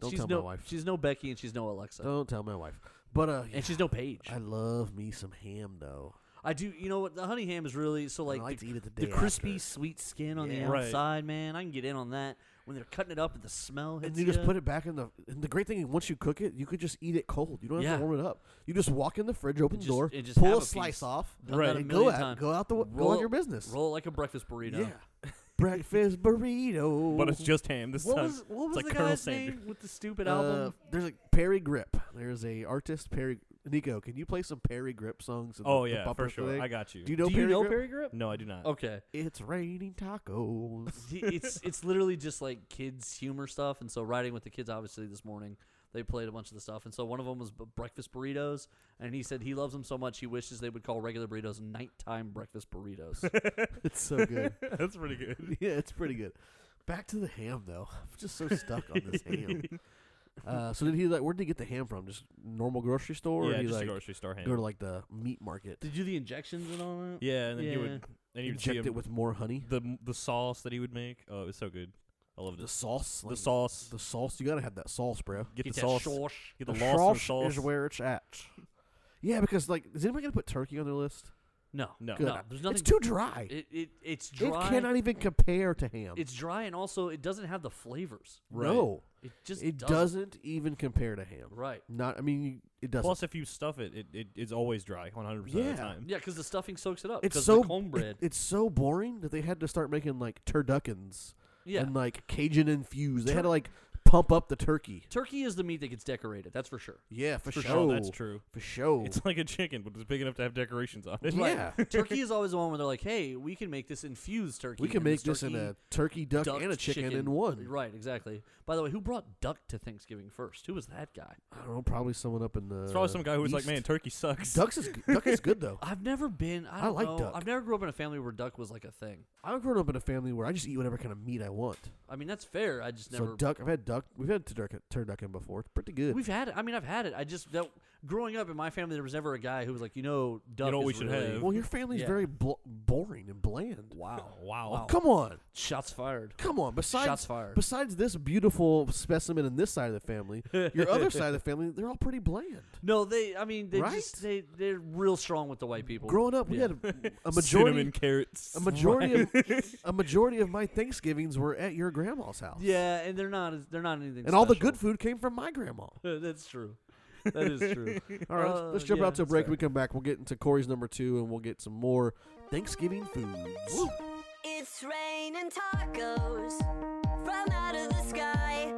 A: Don't
B: she's
A: tell my
B: no,
A: wife.
B: She's no Becky and she's no Alexa
A: Don't tell my wife. But uh,
B: and she's no Paige.
A: I love me some ham though.
B: I do. You know what? The honey ham is really so like,
A: I like
B: the,
A: to eat it the
B: the
A: day
B: crispy,
A: after.
B: sweet skin on
A: Yeah.
B: the
C: Right.
B: outside. Man, I can get in on that when they're cutting it up and the smell hits
A: And you just put it back in the. And the great thing, is once you cook it, you could just eat it cold. You don't have to
B: Yeah.
A: warm it up. You just walk in the fridge, open the
B: just-
A: door,
B: and just
A: pull
B: have
A: a,
B: a
A: slice
B: piece.
A: off,
B: Done that a
A: and go
B: million
A: out,
B: times.
A: go out the w- go
B: Roll-
A: out your business.
B: roll it like a breakfast burrito.
A: yeah, breakfast burrito.
C: But it's just ham this
B: What
C: time.
B: was what was
C: it's like
B: the
C: Colonel
B: guy's
C: Sanders.
B: name with the stupid
A: Uh,
B: album?
A: there's a Perry Grip. There's a artist Perry Nico. Can you play some Perry Grip songs? in the-
C: Oh
A: the
C: yeah,
A: bumper
C: for sure.
A: today?
C: I got you.
A: Do you know
B: Do
A: Perry
B: you know
A: Grip?
B: Perry Grip?
C: no, I do not.
B: Okay,
A: It's raining tacos.
B: He- it's it's literally just like kids humor stuff, and so riding with the kids obviously this morning they played a bunch of the stuff, and so one of them was b- breakfast burritos, and he said he loves them so much he wishes they would call regular burritos nighttime breakfast burritos.
A: it's so good.
C: That's pretty good.
A: yeah, it's pretty good. Back to the ham though. I'm just so stuck on this ham. Uh, so did he like? Where did he get the ham from? Just normal grocery store? or
C: yeah,
A: did he,
C: just
A: like,
C: a grocery store ham.
A: go to like the meat market.
B: Did you do the injections and all that?
C: yeah, and then you
B: Yeah.
C: would and you'd see
A: Inject it
C: him,
A: with more honey.
C: the the sauce that he would make. Oh, it was so good. I loved
A: The
C: it.
A: sauce.
C: The,
A: like,
C: sauce.
A: The sauce. You gotta have that sauce, bro.
C: get,
B: Get that
C: the sauce.
B: sauce.
C: Get the,
A: The
C: loss of
A: sauce
C: sauce.
A: is where it's at. Yeah, because like, is anybody gonna put turkey on their list?
B: No,
C: No.
A: Good.
B: no. There's nothing.
A: It's too dry.
B: It, it it's dry.
A: It cannot even compare to ham.
B: It's dry, and also it doesn't have the flavors.
A: No,
B: It just
A: it
B: doesn't.
A: doesn't even compare to ham.
B: Right.
A: Not. I mean, you, it doesn't.
C: Plus, if you stuff it, it, it it's always dry 100 percent
A: Yeah.
C: of the time.
B: Yeah, because the stuffing soaks it up.
A: it's
B: 'cause
A: so
B: the cornbread.
A: it- it's so boring that they had to start making like turduckins
B: yeah.
A: and like Cajun infused. They had
B: Tur-
A: to like pump up the turkey.
B: Turkey is the meat that gets decorated. That's for sure.
A: Yeah, for,
C: For
A: sure.
C: sure, that's true.
A: For sure.
C: It's like a chicken, but it's big enough to have decorations on it.
A: yeah.
B: turkey is always the one where they're like, "Hey, we can make this infused turkey.
A: we can
B: and
A: make this in
B: turkey,
A: a turkey, duck,
B: duck,
A: and a chicken, in one.
B: Right. Exactly. By the way, who brought duck to Thanksgiving first? Who was that guy?
A: I don't know. Probably someone up in the.
C: It's probably
B: Uh,
C: some guy who was like,
A: east.
C: "Man, turkey sucks."
A: ducks is duck is good though.
B: I've never been. I,
A: I
B: don't
A: like
B: know.
A: duck.
B: I've never grew up in a family where duck was like a thing.
A: I've grown up in a family where I just eat whatever kind of meat I want.
B: I mean, that's fair. I just never.
A: So duck, I've had duck. We've had turducken, turducken before. It's pretty good.
B: We've had it. I mean, I've had it. I just that growing up in my family, there was never a guy who was like, you know, Duck
C: know what
B: is
C: we should
B: really-
C: have?
A: Well, your family's
B: Yeah.
A: very bl- boring and bland.
B: Wow.
C: Wow.
A: Come on.
B: Shots fired.
A: Come on. Besides
B: Shots fired.
A: besides this beautiful specimen in this side of the family, your other side of the family, they're all pretty bland.
B: No, they. I mean, they
A: Right?
B: just they they're real strong with the white people.
A: Growing up, we
B: Yeah.
A: had a, a
C: Cinnamon
A: majority
C: carrots.
A: a majority of a majority of my Thanksgivings were at your grandma's house.
B: Yeah, and they're not. as- They're not anything.
A: And all the good food came from my grandma.
B: That's true. That is true.
A: All right,
B: Uh,
A: let's, let's jump
B: yeah,
A: out to a
B: that's
A: break.
B: fair.
A: We come back. We'll get into Corey's number two, and we'll get some more Thanksgiving foods.
E: It's rain and tacos from out of the sky.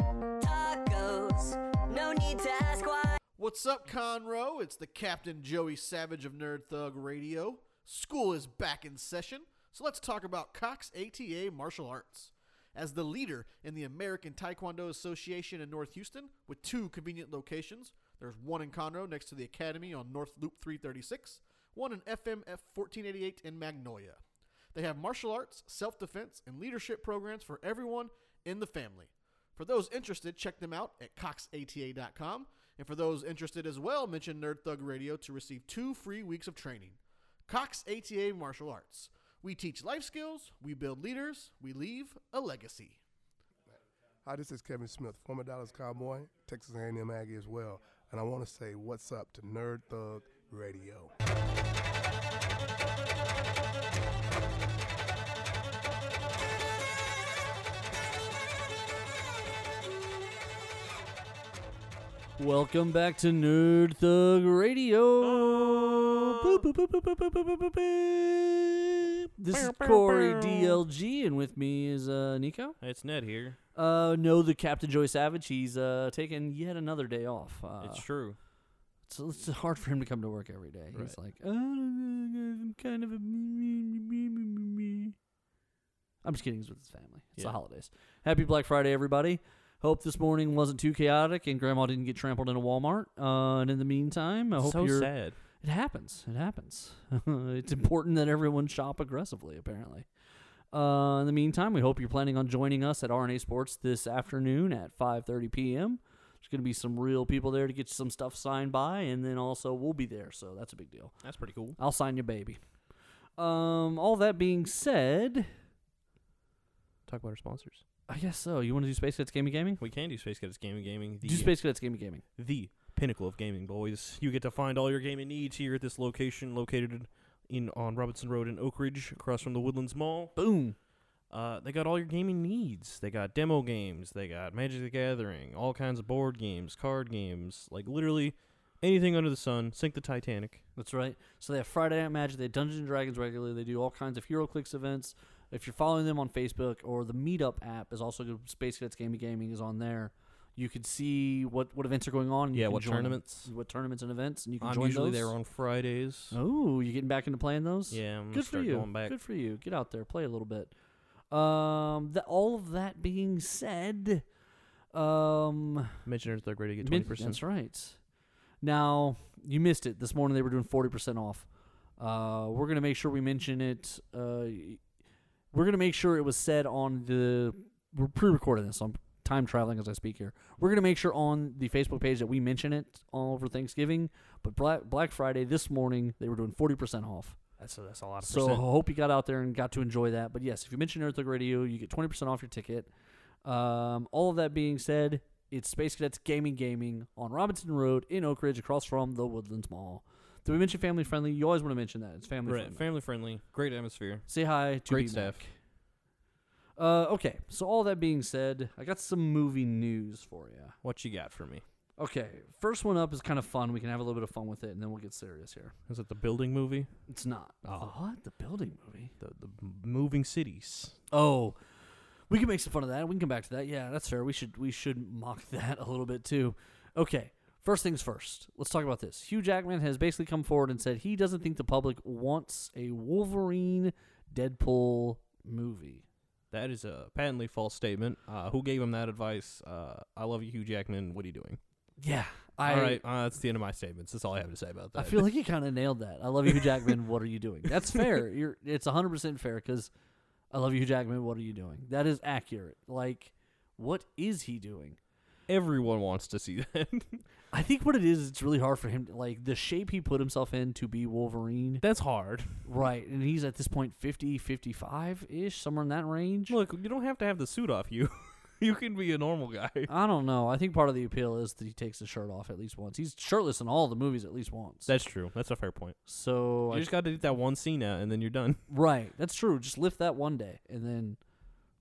E: Tacos, no need to ask why.
A: What's up, Conroe? It's the Captain Joey Savage of Nerd Thug Radio. School is back in session, so let's talk about Cox ATA Martial Arts. As the leader in the American Taekwondo Association in North Houston, with two convenient locations, there's one in Conroe next to the Academy on North Loop 336, one in FMF 1488 in Magnolia. They have martial arts, self defense, and leadership programs for everyone in the family. For those interested, check them out at coxata.com. And for those interested as well, mention Nerd Thug Radio to receive two free weeks of training. Cox ATA Martial Arts. We teach life skills, we build leaders, we leave a legacy.
F: Hi, this is Kevin Smith, former Dallas Cowboy, Texas A&M Aggie as well, and I want to say what's up to Nerd Thug Radio.
B: Welcome back to Nerd Thug Radio.
A: Oh.
B: Boop, boop, boop, boop, boop, boop, boop, boop, boop, boop. This is Corey DLG, and with me is uh, Nico.
C: It's Ned here.
B: Uh, no, the Captain Joy Savage. He's uh, taking yet another day off. Uh,
C: it's true.
B: so it's hard for him to come to work every day. He's like, I don't know, guys, I'm kind of a. me, me, me, me, me, me, me." I'm just kidding. He's with his family. It's
C: Yeah.
B: the holidays. Happy Black Friday, everybody. Hope this morning wasn't too chaotic and Grandma didn't get trampled in a Walmart. Uh, and in the meantime, I hope
C: so
B: you're.
C: sad.
B: It happens. It happens. it's important that everyone shop aggressively, apparently. Uh, in the meantime, we hope you're planning on joining us at RNA Sports this afternoon at 5:30 p.m. There's going to be some real people there to get you some stuff signed by, and then also we'll be there, so that's a big deal.
C: That's pretty cool.
B: I'll sign your baby. Um, all that being said,
C: Talk about our sponsors.
B: I guess so. You want to do Space Cadets Gaming Gaming?
C: We can do Space Cadets Gaming Gaming. The,
B: Do Space Cadets Gaming Gaming.
C: the pinnacle of gaming, boys. You get to find all your gaming needs here at this location, located in on Robinson Road in Oak Ridge, across from the Woodlands Mall.
B: Boom.
C: Uh, they got all your gaming needs. They got demo games. They got Magic the Gathering. All kinds of board games, card games, like literally anything under the sun. Sink the Titanic.
B: That's right. So they have Friday Night Magic, they have Dungeons and Dragons regularly, they do all kinds of HeroClix events. If you're following them on Facebook or the Meetup app is also good. Space Cadets Gaming Gaming is on there. You can see what, what events are going on. and you
C: Yeah,
B: can
C: what
B: join 'em.
C: tournaments.
B: What tournaments and events, and you can
C: I'm
B: join
C: usually
B: those.
C: there on Fridays.
B: Oh, you getting back into playing those?
C: Yeah, I'm gonna
B: good
C: start
B: for you.
C: going back.
B: Good for you. Get out there, play a little bit. Um, that all of that being said, um,
C: Mention Earth Thug Radio get
B: Mid-
C: twenty percent.
B: That's right. Now you missed it this morning. They were doing forty percent off. Uh, we're gonna make sure we mention it. Uh, y- we're gonna make sure it was said on the. We're pre-recording this. So I'm time traveling as I speak here. We're gonna make sure on the Facebook page that we mention it all over Thanksgiving. But Black Black Friday this morning they were doing forty percent off.
C: That's a, that's a lot of
B: So I hope you got out there and got to enjoy that. But yes, if you mention Earthquake Radio, you get 20% off your ticket. Um, all of that being said, it's Space Cadets Gaming Gaming on Robinson Road in Oak Ridge across from the Woodlands Mall. Did we mention family friendly? You always want to mention that. It's family
C: Right,
B: friendly.
C: family friendly, great atmosphere.
B: Say hi to
C: Great
B: B-Mac.
C: staff.
B: Uh, okay, so all that being said, I got some movie news for you.
C: What you got for me?
B: Okay, first one up is kind of fun. We can have a little bit of fun with it, and then we'll get serious here.
C: Is it the building movie?
B: It's not.
C: Oh.
B: What? The building movie?
C: The the m- moving cities.
B: Oh, we can make some fun of that. We can come back to that. Yeah, that's fair. We should we should mock that a little bit too. Okay, first things first. Let's talk about this. Hugh Jackman has basically come forward and said he doesn't think the public wants a Wolverine Deadpool movie.
C: That is a patently false statement. Uh, who gave him that advice? Uh, I love you, Hugh Jackman. What are you doing?
B: Yeah, I
C: All right, uh, that's the end of my statements. That's all I have to say about that.
B: I feel like you kind of nailed that. I love you, Hugh Jackman. what are you doing? That's fair. You're it's hundred percent fair because I love you, Hugh Jackman. What are you doing? That is accurate. Like, what is he doing?
C: everyone wants to see that.
B: I think what it is, it's really hard for him. To, like the shape he put himself in to be Wolverine,
C: That's hard.
B: right? And he's at this point 50, 55 ish, somewhere in that range.
C: Look, you don't have to have the suit off you. you can be a normal guy.
B: I don't know. I think part of the appeal is that he takes his shirt off at least once. He's shirtless in all the movies at least once.
C: That's true. That's a fair point.
B: so
C: You
B: I-
C: just got to get that one scene out, and then you're done.
B: right, that's true. Just lift that one day and then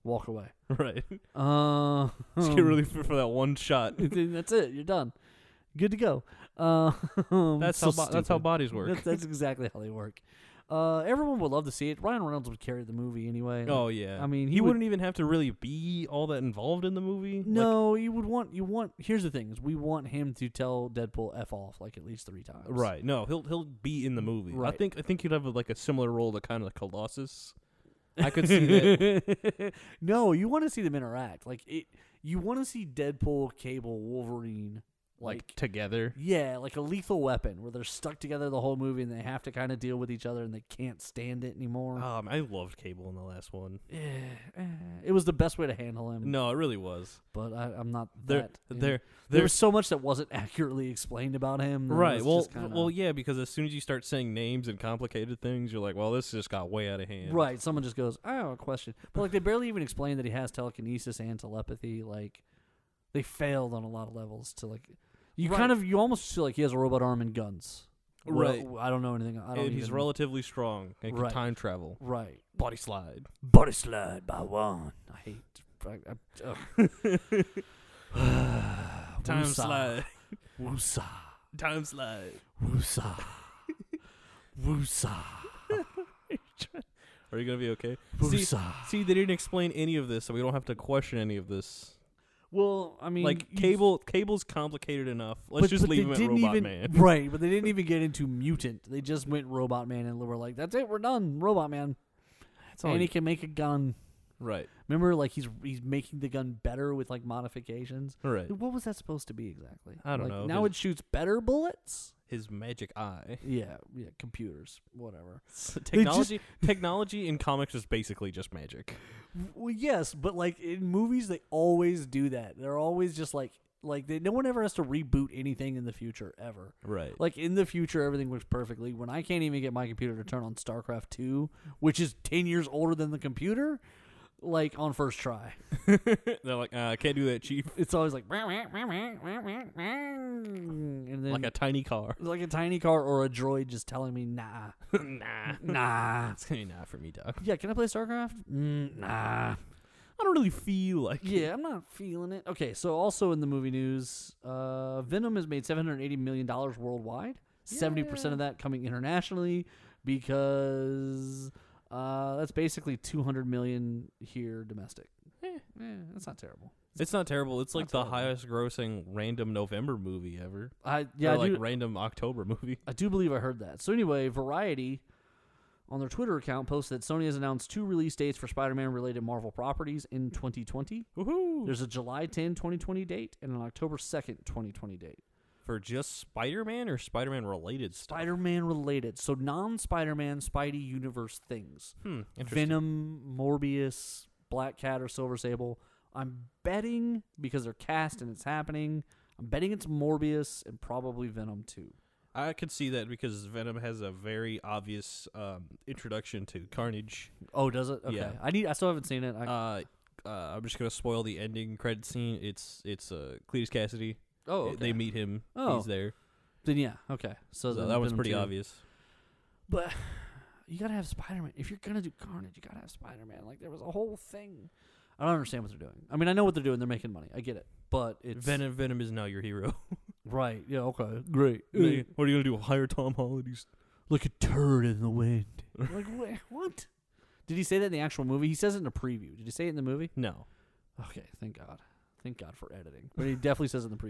B: walk away.
C: right.
B: Uh,
C: Just get really for, for that one shot.
B: then that's it. You're done. Good to go. Uh,
C: That's
B: so
C: how bo- that's how
B: stupid.
C: bodies work.
B: That's, that's exactly how they work. Uh, everyone would love to see it. Ryan Reynolds would carry the movie anyway.
C: Oh yeah.
B: I mean,
C: he,
B: he would-
C: wouldn't even have to really be all that involved in the movie. Like,
B: no, you would want you want. Here's the thing: is we want him to tell Deadpool f off like at least three times.
C: right. No, he'll he'll be in the movie. I
B: Right.
C: think I think he'd have like a similar role to kind of Colossus. I could see that.
B: no, you want to see them interact. Like it, you want to see Deadpool, Cable, Wolverine,
C: Like
B: like.
C: together.
B: yeah, like a lethal weapon where they're stuck together the whole movie and they have to kind of deal with each other and they can't stand it anymore. Eh,
C: Um, I loved Cable in the last one.
B: it was the best way to handle him,
C: No, it really was.
B: but I, I'm not
C: There,
B: that. in-
C: there,
B: there was
C: there's
B: so much that wasn't accurately explained about him. that it
C: right.
B: was
C: Well,
B: just kinda-
C: well, yeah, because as soon as you start saying names and complicated things, you're like, well, this just got way out of hand.
B: Right. Someone just goes, I have a question. But like they barely even explain that he has telekinesis and telepathy. Like they failed on a lot of levels to like you
C: Right.
B: kind of you almost feel like he has a robot arm and guns. Well,
C: Right.
B: I don't know anything. I don't
C: And he's
B: even-
C: relatively strong and can
B: Right.
C: time travel.
B: Right.
C: Body slide.
B: Body slide by one. I hate I, I, ugh.
C: Time
B: Woosah.
C: slide.
B: Woosah.
C: Time slide.
B: Woosah. Woosah.
C: Are you gonna be okay? See,
B: Woosah.
C: see, they didn't explain any of this, so we don't have to question any of this.
B: Well, I mean
C: Like
B: you-
C: cable, cable's complicated enough. Let's
B: But-
C: just
B: but
C: leave
B: they
C: him at
B: didn't
C: Robot
B: even,
C: Man.
B: Right, but they didn't even get into mutant. They just went Robot Man and were like, "That's it, we're done, Robot Man."
C: That's all
B: And he
C: you-
B: can make a gun.
C: Right.
B: Remember, like he's he's making the gun better with like modifications.
C: Right.
B: What was that supposed to be exactly?
C: I don't
B: Like,
C: know,
B: Now
C: his-
B: it shoots better bullets.
C: His magic eye.
B: Yeah, yeah, computers, whatever.
C: technology, technology in comics is basically just magic.
B: Well, yes, but like in movies, they always do that. They're always just like like they, no one ever has to reboot anything in the future ever.
C: Right.
B: Like in the future, everything works perfectly. When I can't even get my computer to turn on StarCraft Two, which is ten years older than the computer, like on first try,
C: They're like, uh, I can't do that, chief.
B: it's always like and then
C: Like a tiny car.
B: like a tiny car or a droid just telling me nah,
C: nah,
B: nah.
C: it's gonna be nah for me, Doc.
B: Yeah, can I play StarCraft? Mm, nah.
C: I don't really feel like.
B: Yeah, I'm not feeling it. Okay, so also in the movie news, uh, Venom has made 780 million dollars worldwide. Seventy percent of that coming internationally because uh, that's basically 200 million here domestic. Eh, that's not terrible.
C: It's not terrible. It's like
B: Not
C: the
B: terrible.
C: highest grossing random November movie ever.
B: I yeah,
C: or
B: I
C: like
B: do,
C: random October movie.
B: I do believe I heard that. So anyway, Variety on their Twitter account posted that Sony has announced two release dates for Spider-Man related Marvel properties in 2020.
C: Woohoo!
B: There's a July 10, 2020 date and an October 2nd, 2020 date.
C: For just Spider Man or Spider Man related stuff?
B: Spider Man related. So non Spider Man, Spidey universe things.
C: Hmm, interesting.
B: Venom, Morbius, Black Cat, or Silver Sable. I'm betting, because they're cast and it's happening, I'm betting it's Morbius and probably Venom too.
C: I could see that because Venom has a very obvious um, introduction to Carnage.
B: Oh, does it? Okay.
C: Yeah.
B: I need. I still haven't seen it. I,
C: Uh, uh, I'm just gonna spoil the ending credit scene. It's it's uh, Cletus Cassidy.
B: oh,
C: Uh,
B: okay.
C: They meet him.
B: Oh.
C: He's there.
B: Then yeah, okay. So,
C: So
B: then
C: that was
B: Venom
C: pretty
B: 2.
C: obvious.
B: But you gotta have Spider Man. If you're gonna do Carnage, you gotta have Spider Man. Like there was a whole thing. I don't understand what they're doing. I mean, I know what they're doing. They're making money. I get it. But it's
C: Venom Venom is now your hero.
B: Right. Yeah. Okay. Great.
C: what are you gonna do? Hire Tom Holliday?
B: like a turd in the wind. like wha- what? Did he say that in the actual movie? He says it in a preview. Did he say it in the movie?
C: No.
B: Okay. Thank God. Thank God for editing. But he definitely says it in the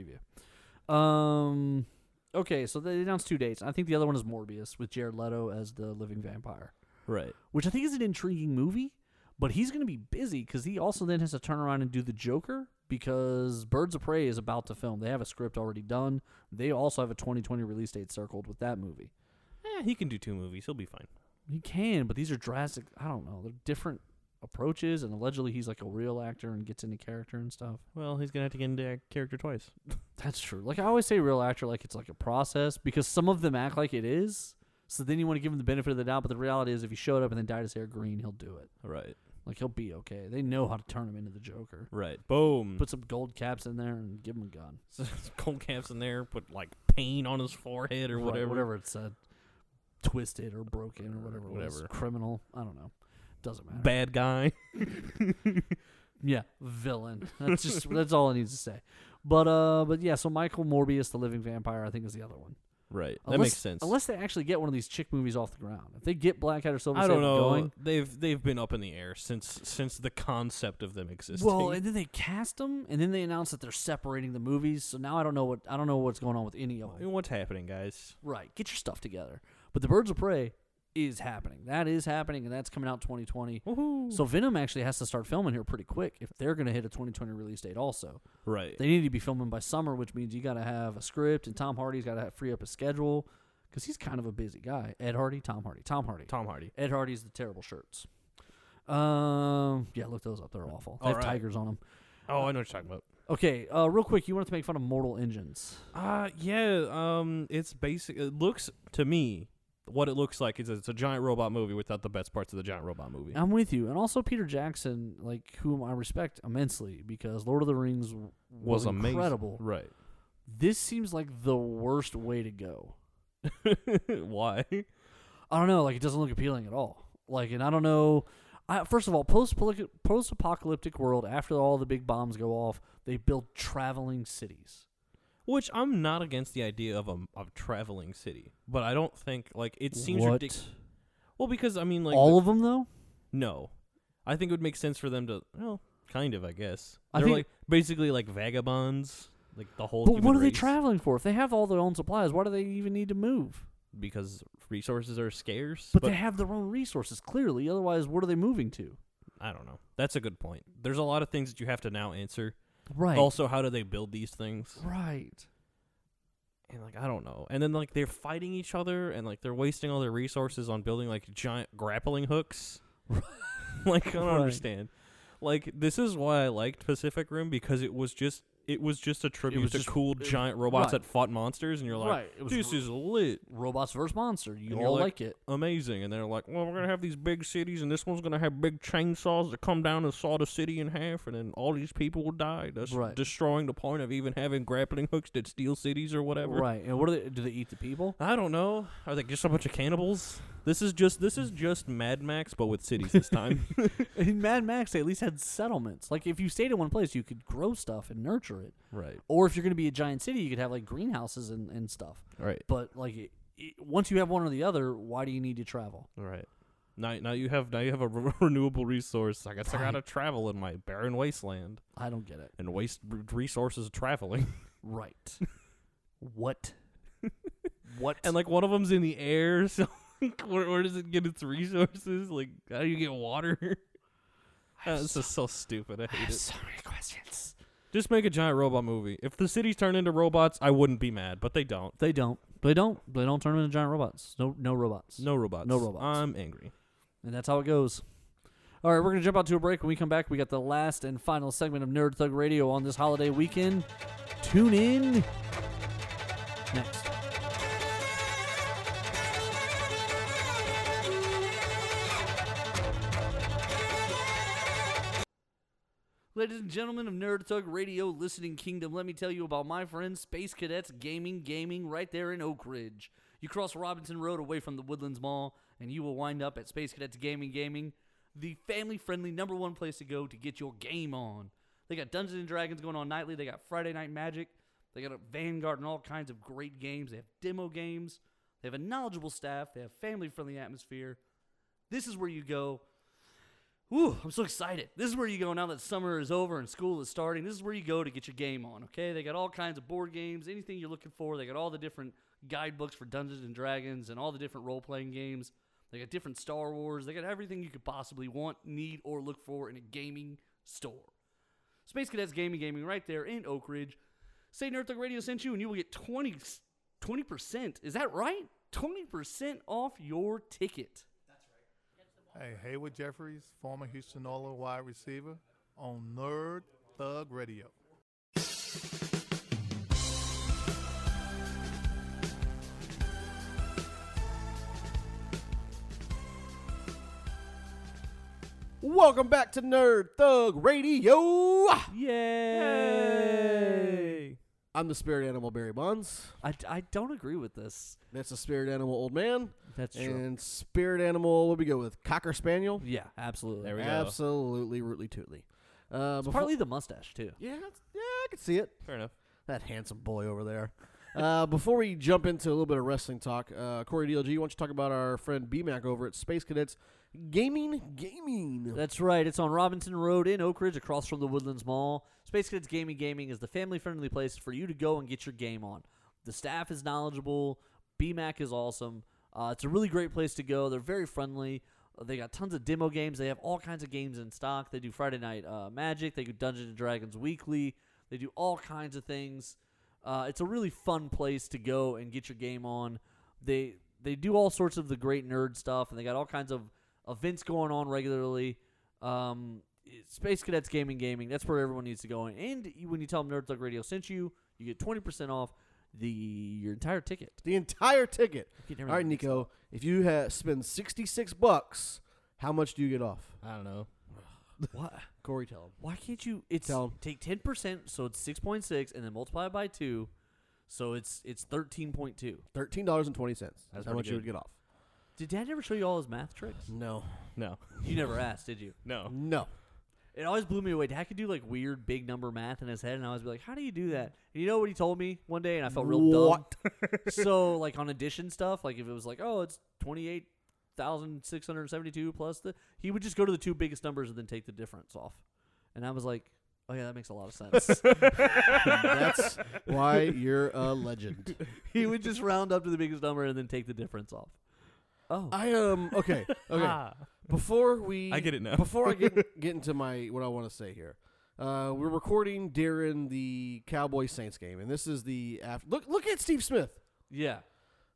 B: preview. Um. Okay. So they announced two dates. I think the other one is Morbius with Jared Leto as the living vampire,
C: Right.
B: which I think is an intriguing movie. But he's going to be busy because he also then has to turn around and do the Joker because Birds of Prey is about to film. They have a script already done. They also have a 2020 release date circled with that movie.
C: Eh, he can do two movies. He'll be fine.
B: He can, but these are drastic. I don't know. They're different. approaches, and allegedly he's like a real actor and gets into character and stuff.
C: Well, he's gonna have to get into that character twice.
B: That's true. Like I always say, real actor like it's like a process because some of them act like it is. So then you want to give him the benefit of the doubt, but the reality is, if he showed up and then dyed his hair green, he'll do it.
C: Right.
B: Like he'll be okay. They know how to turn him into the Joker.
C: Right. Boom.
B: Put some gold caps in there and give him a gun.
C: Put cold caps in there. Put like paint on his forehead or
B: Right,
C: whatever.
B: whatever it said, twisted or broken or whatever. it was.
C: Whatever.
B: Criminal. I don't know. Doesn't matter.
C: Bad guy.
B: Yeah, villain. That's just that's all it needs to say. But uh, but yeah. So Michael Morbius, the Living Vampire, I think is the other one.
C: Right. that
B: Unless-
C: makes sense.
B: Unless they actually get one of these chick movies off the ground. If they get Black Hat or Silver
C: I
B: Sable
C: don't know.
B: going,
C: They've they've been up in the air since since the concept of them existing.
B: well, and then they cast them, and then they announce that they're separating the movies. So now I don't know what I don't know what's going on with any of them.
C: what's happening, guys?
B: Right, get your stuff together. But the Birds of Prey is happening. That is happening, and that's coming out 2020. So Venom actually has to start filming here pretty quick if they're going to hit a 2020 release date. Also,
C: Right.
B: they need to be filming by summer, which means you got to have a script, and Tom Hardy's got to free up his schedule because he's kind of a busy guy. Ed Hardy, Tom Hardy, Tom Hardy,
C: Tom Hardy.
B: Ed Hardy's the terrible shirts. Um, yeah, look those up. They're awful. They
C: All
B: have
C: right.
B: tigers on them. Uh,
C: Oh, I know what you're talking about.
B: Okay, uh, real quick, you wanted to make fun of Mortal Engines.
C: Uh yeah, um it's basic it looks to me what it looks like is it's a giant robot movie without the best parts of the giant robot movie.
B: I'm with you, and also Peter Jackson, like whom I respect immensely because Lord of the Rings w- was,
C: was amazing.
B: incredible.
C: Right.
B: This seems like the worst way to go.
C: Why?
B: I don't know, like it doesn't look appealing at all. Like, and I don't know. I, first of all, post post apocalyptic world after all the big bombs go off, they build traveling cities.
C: Which I'm not against the idea of a of traveling city, but I don't think like it seems
B: what?
C: ridiculous. Well, because I mean, like
B: all of them though.
C: No, I think it would make sense for them to. Well, kind of, I guess.
B: I
C: They're
B: think-
C: like basically like vagabonds, like the whole.
B: But
C: human
B: what are they
C: race,
B: traveling for? If they have all their own supplies, why do they even need to move?
C: Because resources are scarce.
B: But, they have their own resources, clearly. Otherwise, what are they moving to?
C: I don't know. That's a good point. There's a lot of things that you have to now answer.
B: Right.
C: Also, how do they build these things?
B: right.
C: And like I don't know. And then like they're fighting each other, and like they're wasting all their resources on building like giant grappling hooks. like I don't
B: Right.
C: understand. Like this is why I liked Pacific Rim because it was just it was just a tribute
B: was
C: to
B: just-
C: cool giant robots
B: right.
C: that fought monsters, and you're like,
B: Right, it was
C: this
B: r-
C: is lit,
B: Robots versus monster. You
C: And you're
B: all like, it.
C: amazing. And they're like, well, we're gonna have these big cities, and this one's gonna have big chainsaws that come down and saw the city in half, and then all these people will die. That's
B: Right.
C: destroying the point of even having grappling hooks that steal cities or whatever.
B: Right. And what do they do they eat the people?
C: I don't know. Are they just a bunch of cannibals? This is just this is just Mad Max, but with cities this time.
B: In Mad Max they at least had settlements. Like if you stayed in one place you could grow stuff and nurture it.
C: right.
B: Or if you're gonna be a giant city you could have like greenhouses and, and stuff.
C: Right.
B: But like it, it, once you have one or the other, why do you need to travel?
C: Right. Now, now you have now you have a re- renewable resource. I guess I gotta travel in my barren wasteland
B: I don't get it.
C: and waste r- resources traveling.
B: Right. what? What?
C: and like one of them's in the air, so like, where, where does it get its resources? Like how do you get water? Uh, this is so stupid. I hate it.
B: so many questions.
C: Just make a giant robot movie. If the cities turn into robots, I wouldn't be mad, but they don't.
B: They don't. They don't. They don't turn them into giant robots. No, no robots.
C: No robots.
B: No robots.
C: I'm angry.
B: And that's how it goes. All right, we're going to jump out to a break. When we come back, we got the last and final segment of Nerd Thug Radio on this holiday weekend. Tune in next. Ladies and gentlemen of Nerd Thug Radio Listening Kingdom, let me tell you about my friends Space Cadets Gaming Gaming right there in Oak Ridge. You cross Robinson Road away from the Woodlands Mall, and you will wind up at Space Cadets Gaming Gaming, the family friendly number one place to go to get your game on. They got Dungeons and Dragons going on nightly, they got Friday Night Magic, they got a Vanguard and all kinds of great games. They have demo games, they have a knowledgeable staff, they have family friendly atmosphere. This is where you go Ooh, I'm so excited. This is where you go now that summer is over and school is starting. This is where you go to get your game on, okay? They got all kinds of board games, anything you're looking for. They got all the different guidebooks for Dungeons and Dragons and all the different role playing games. They got different Star Wars. They got everything you could possibly want, need, or look for in a gaming store. Space Cadets Gaming Gaming right there in Oak Ridge. Say Nerd Thug Radio sent you, and you will get 20, 20%. Is that right? 20% off your ticket.
F: Hey, Hayward Jeffries, former Houston Oilers wide receiver, on Nerd Thug Radio.
A: Welcome back to Nerd Thug Radio.
C: Yay!
A: I'm the spirit animal Barry Bonds.
G: I, I don't agree with this.
A: That's the spirit animal old man.
G: That's true.
A: And spirit animal, what we go with? Cocker Spaniel?
G: Yeah, absolutely.
C: There we go.
A: Absolutely, rootly tootly. Uh,
G: It's
A: befo-
G: partly the mustache too.
A: yeah, that's- yeah, I can see it.
C: Fair enough.
A: That handsome boy over there. Uh, before we jump into a little bit of wrestling talk, uh, Corey DLG, why don't you talk about our friend BMAC over at Space Cadets Gaming Gaming?
G: That's right. It's on Robinson Road in Oak Ridge, across from the Woodlands Mall. Space Kids Gaming Gaming is the family friendly place for you to go and get your game on. The staff is knowledgeable. BMAC is awesome. Uh, it's a really great place to go. They're very friendly. Uh, They got tons of demo games. They have all kinds of games in stock. They do Friday Night uh, Magic. They do Dungeons and Dragons Weekly. They do all kinds of things. Uh, it's a really fun place to go and get your game on. They they do all sorts of the great nerd stuff, and they got all kinds of events going on regularly. Um, it- Space Cadets Gaming Gaming, that's where everyone needs to go. And you, when you tell them Nerd Thug Radio sent you, you get 20% off the your entire ticket.
A: the entire ticket.
G: can
A: All
G: never
A: right,
G: remember
A: Nico, if you ha- spend 66 bucks, how much do you get off?
C: I don't know.
G: What?
A: Corey, tell him.
G: Why can't you? It's
A: Tell 'em.
G: take 10%, so it's 6.6, and then multiply it by 2, so it's it's 13.2.
A: $13.20.
C: That's
A: That's how much
C: pretty
A: you
C: good.
A: would get off.
G: Did Dad never show you all his math tricks?
A: No.
C: No.
G: You never asked, did you?
C: No.
A: No.
G: It always blew me away. Dad could do like weird big number math in his head, and I always be like, "How do you do that?" And you know what he told me one day, and I felt real dumb. so like on addition stuff, like if it was like, "Oh, it's twenty eight thousand six hundred seventy two plus the," he would just go to the two biggest numbers and then take the difference off, and I was like, "Oh yeah, that makes a lot of sense."
A: That's why you're a legend.
G: he would just round up to the biggest number and then take the difference off. Oh,
A: I um okay okay.
C: Ah.
A: Before we,
C: I get it now.
A: Before I get get into my what I want to say here, uh, we're recording during the Cowboy Saints game, and this is the after. Look look at Steve Smith.
G: yeah,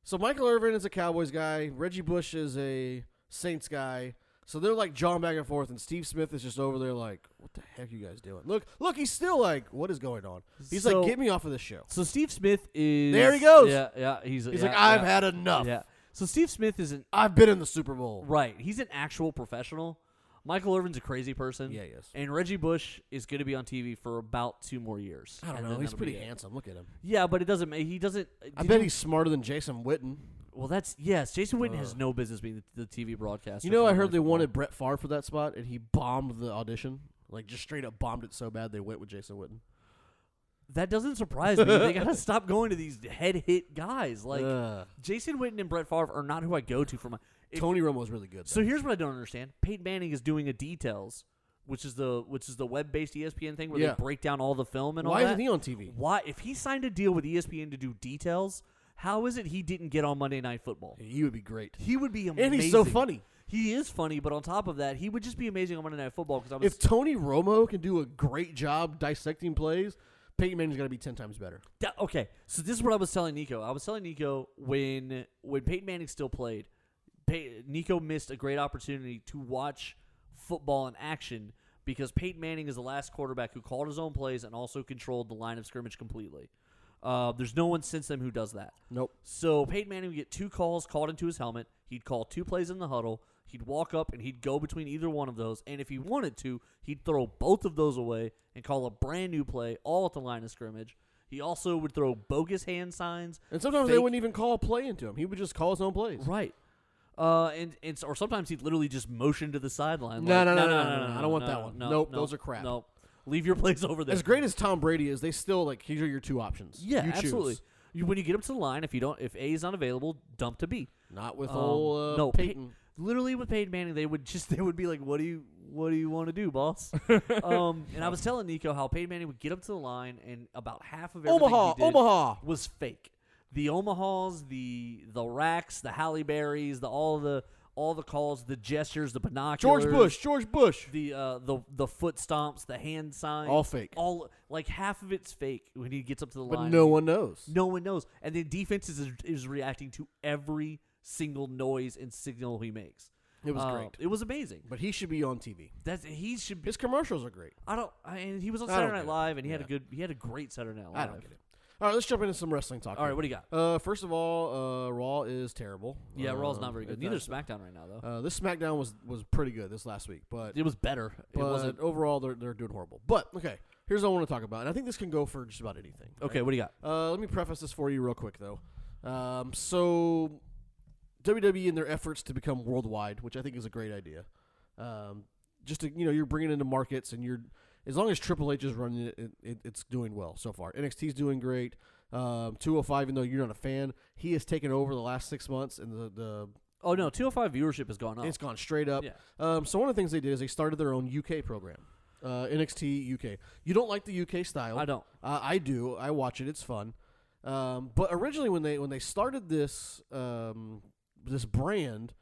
A: So Michael Irvin is a Cowboys guy. Reggie Bush is a Saints guy. So they're like jawing back and forth, and Steve Smith is just over there like, "What the heck you guys doing?" Look, look, he's still like, "What is going on?" He's
G: So-
A: like, "Get me off of this show."
G: So Steve Smith is
A: There he goes.
G: Yeah, yeah. He's
A: He's
G: yeah,
A: like, "I've
G: yeah,
A: had enough.
G: Yeah. So Steve Smith is an
A: I've been in the Super Bowl."
G: Right. He's an actual professional. Michael Irvin's a crazy person.
A: Yeah, he is.
G: And Reggie Bush is going to be on TV for about two more years.
A: I don't
G: and
A: know.
G: then
A: He's
G: that'll be
A: pretty
G: it.
A: handsome. Look at him.
G: Yeah, but it doesn't. ma- He doesn't.
A: I
G: did
A: bet
G: you-
A: he's smarter than Jason Witten.
G: Well, that's yes. Jason Witten has no business being the, the TV
A: Uh.
G: broadcaster.
A: You know,
G: for
A: I
G: the
A: heard they
G: Football.
A: wanted Brett Favre for that spot, and he bombed the audition. Like, just straight up bombed it so bad they went with Jason Witten.
G: That doesn't surprise me. they got to stop going to these head hit guys. Like
A: Ugh.
G: Jason Witten and Brett Favre are not who I go to for my. If-
A: Tony Romo's really good.
G: So
A: though.
G: here's what I don't understand. Peyton Manning is doing a details, which is the which is the E web based ESPN thing where
A: Yeah.
G: they break down all the film and all
A: why
G: that.
A: isn't he on TV?
G: Why, if he signed a deal with E ESPN to do details, how is it he didn't get on Monday Night Football?
A: He would be great.
G: He would be amazing.
A: And he's so funny.
G: He is funny, but on top of that, he would just be amazing on Monday Night Football because I was.
A: If Tony Romo can do a great job dissecting plays, Peyton Manning's going to be 10 times better.
G: Da- okay, so this is what I was telling Nico. I was telling Nico when when Peyton Manning still played, Pey- Nico missed a great opportunity to watch football in action because Peyton Manning is the last quarterback who called his own plays and also controlled the line of scrimmage completely. Uh, there's no one since then who does that.
A: Nope.
G: So Peyton Manning would get two calls called into his helmet. He'd call two plays in the huddle. He'd walk up and he'd go between either one of those. And if he wanted to, he'd throw both of those away and call a brand new play all at the line of scrimmage. He also would throw bogus hand signs.
A: And sometimes they
G: fake-
A: wouldn't even call a play into him. He would just call his own plays.
G: Right. Uh, and, and or sometimes he'd literally just motion to the sideline.
A: No,
G: like,
A: no, no, no, no, no, I don't want that one.
G: No,
A: Nope,
G: no,
A: those are crap.
G: Nope. Leave your plays over there.
A: As great as Tom Brady is, they still, like, here are your two options.
G: Yeah,
A: You choose.
G: absolutely. You, when you get up to the line, if you don't, if A is not available, dump to B.
A: Not with
G: Um,
A: old uh,
G: no, Pey-
A: Peyton.
G: literally with Peyton Manning, they would just they would be like, "What do you what do you want to do, boss?" um, and I was telling Nico how Peyton Manning would get up to the line, and about half of everything
A: Omaha,
G: he did
A: Omaha.
G: was fake. The Omahas, the the racks, the Halle Berrys, the all the all the calls, the gestures, the binoculars,
A: George Bush, George Bush.
G: the uh, the the foot stomps, the hand signs,
A: All fake.
G: all like half of it's fake when he gets up to the
A: But
G: line.
A: no one knows.
G: No one knows. And the defense is, is reacting to every single noise and signal he makes.
A: It was
G: Uh,
A: great.
G: It was amazing.
A: But he should be on TV.
G: That's he should be.
A: His commercials are great.
G: I don't. I, and he was on
A: I don't
G: Saturday
A: get
G: Night
A: it.
G: Live, and he had a
A: Yeah.
G: good. He had a great Saturday Night Live.
A: I don't get it. All right, let's jump into some wrestling talk.
G: All right,
A: here.
G: what do you got?
A: Uh, first of all, uh, Raw is terrible.
G: Yeah, Raw's
A: Um,
G: not very
A: it-
G: good. Neither is
A: that's-
G: SmackDown right now though.
A: Uh, this SmackDown was was pretty good this last week, but
G: it was better. It
A: but
G: wasn't.
A: overall they're they're doing horrible. But okay, here's what I want to talk about, and I think this can go for just about anything.
G: Okay, what do you got?
A: Uh, let me preface this for you real quick though. Um, so WWE in their efforts to become worldwide, which I think is a great idea. Um, just to, you know, you're bringing into markets, and you're as long as Triple H is running it, it, it it's doing well so far. NXT's doing great. Um, 205, even though you're not a fan, he has taken over the last six months, and the, the
G: Oh no, 205 viewership has gone up.
A: it's gone straight up.
G: Oh. Yeah.
A: Um, so one of the things they did is they started their own UK program, uh, NXT UK. You don't like the UK style?
G: I don't.
A: Uh, I do. I watch it. It's fun. Um, but originally, when they when they started this um, this brand,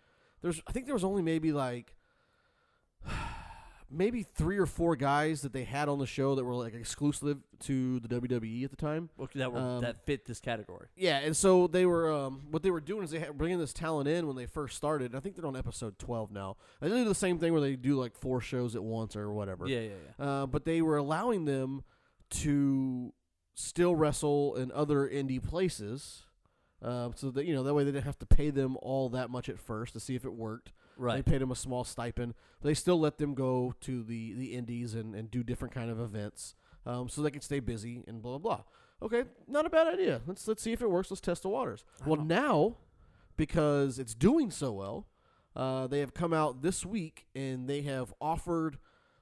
A: there's I think there was only maybe like maybe three or four guys that they had on the show that were like exclusive to the WWE at the time.
G: Okay, that were,
A: Um,
G: that fit this category.
A: Yeah, and so they were um, what they were doing is they had bringing this talent in when they first started. and I think they're on episode twelve now. They do the same thing where they do like four shows at once or whatever.
G: Yeah, yeah, yeah.
A: Uh, but they were allowing them to still wrestle in other indie places, uh, so that you know that way they didn't have to pay them all that much at first to see if it worked.
G: Right.
A: They paid them a small stipend. But they still let them go to the, the indies and, and do different kind of events um, so they can stay busy and blah, blah, blah. Okay, not a bad idea. Let's, let's see if it works. Let's test the waters. Well, now, because it's doing so well, uh, they have come out this week and they have offered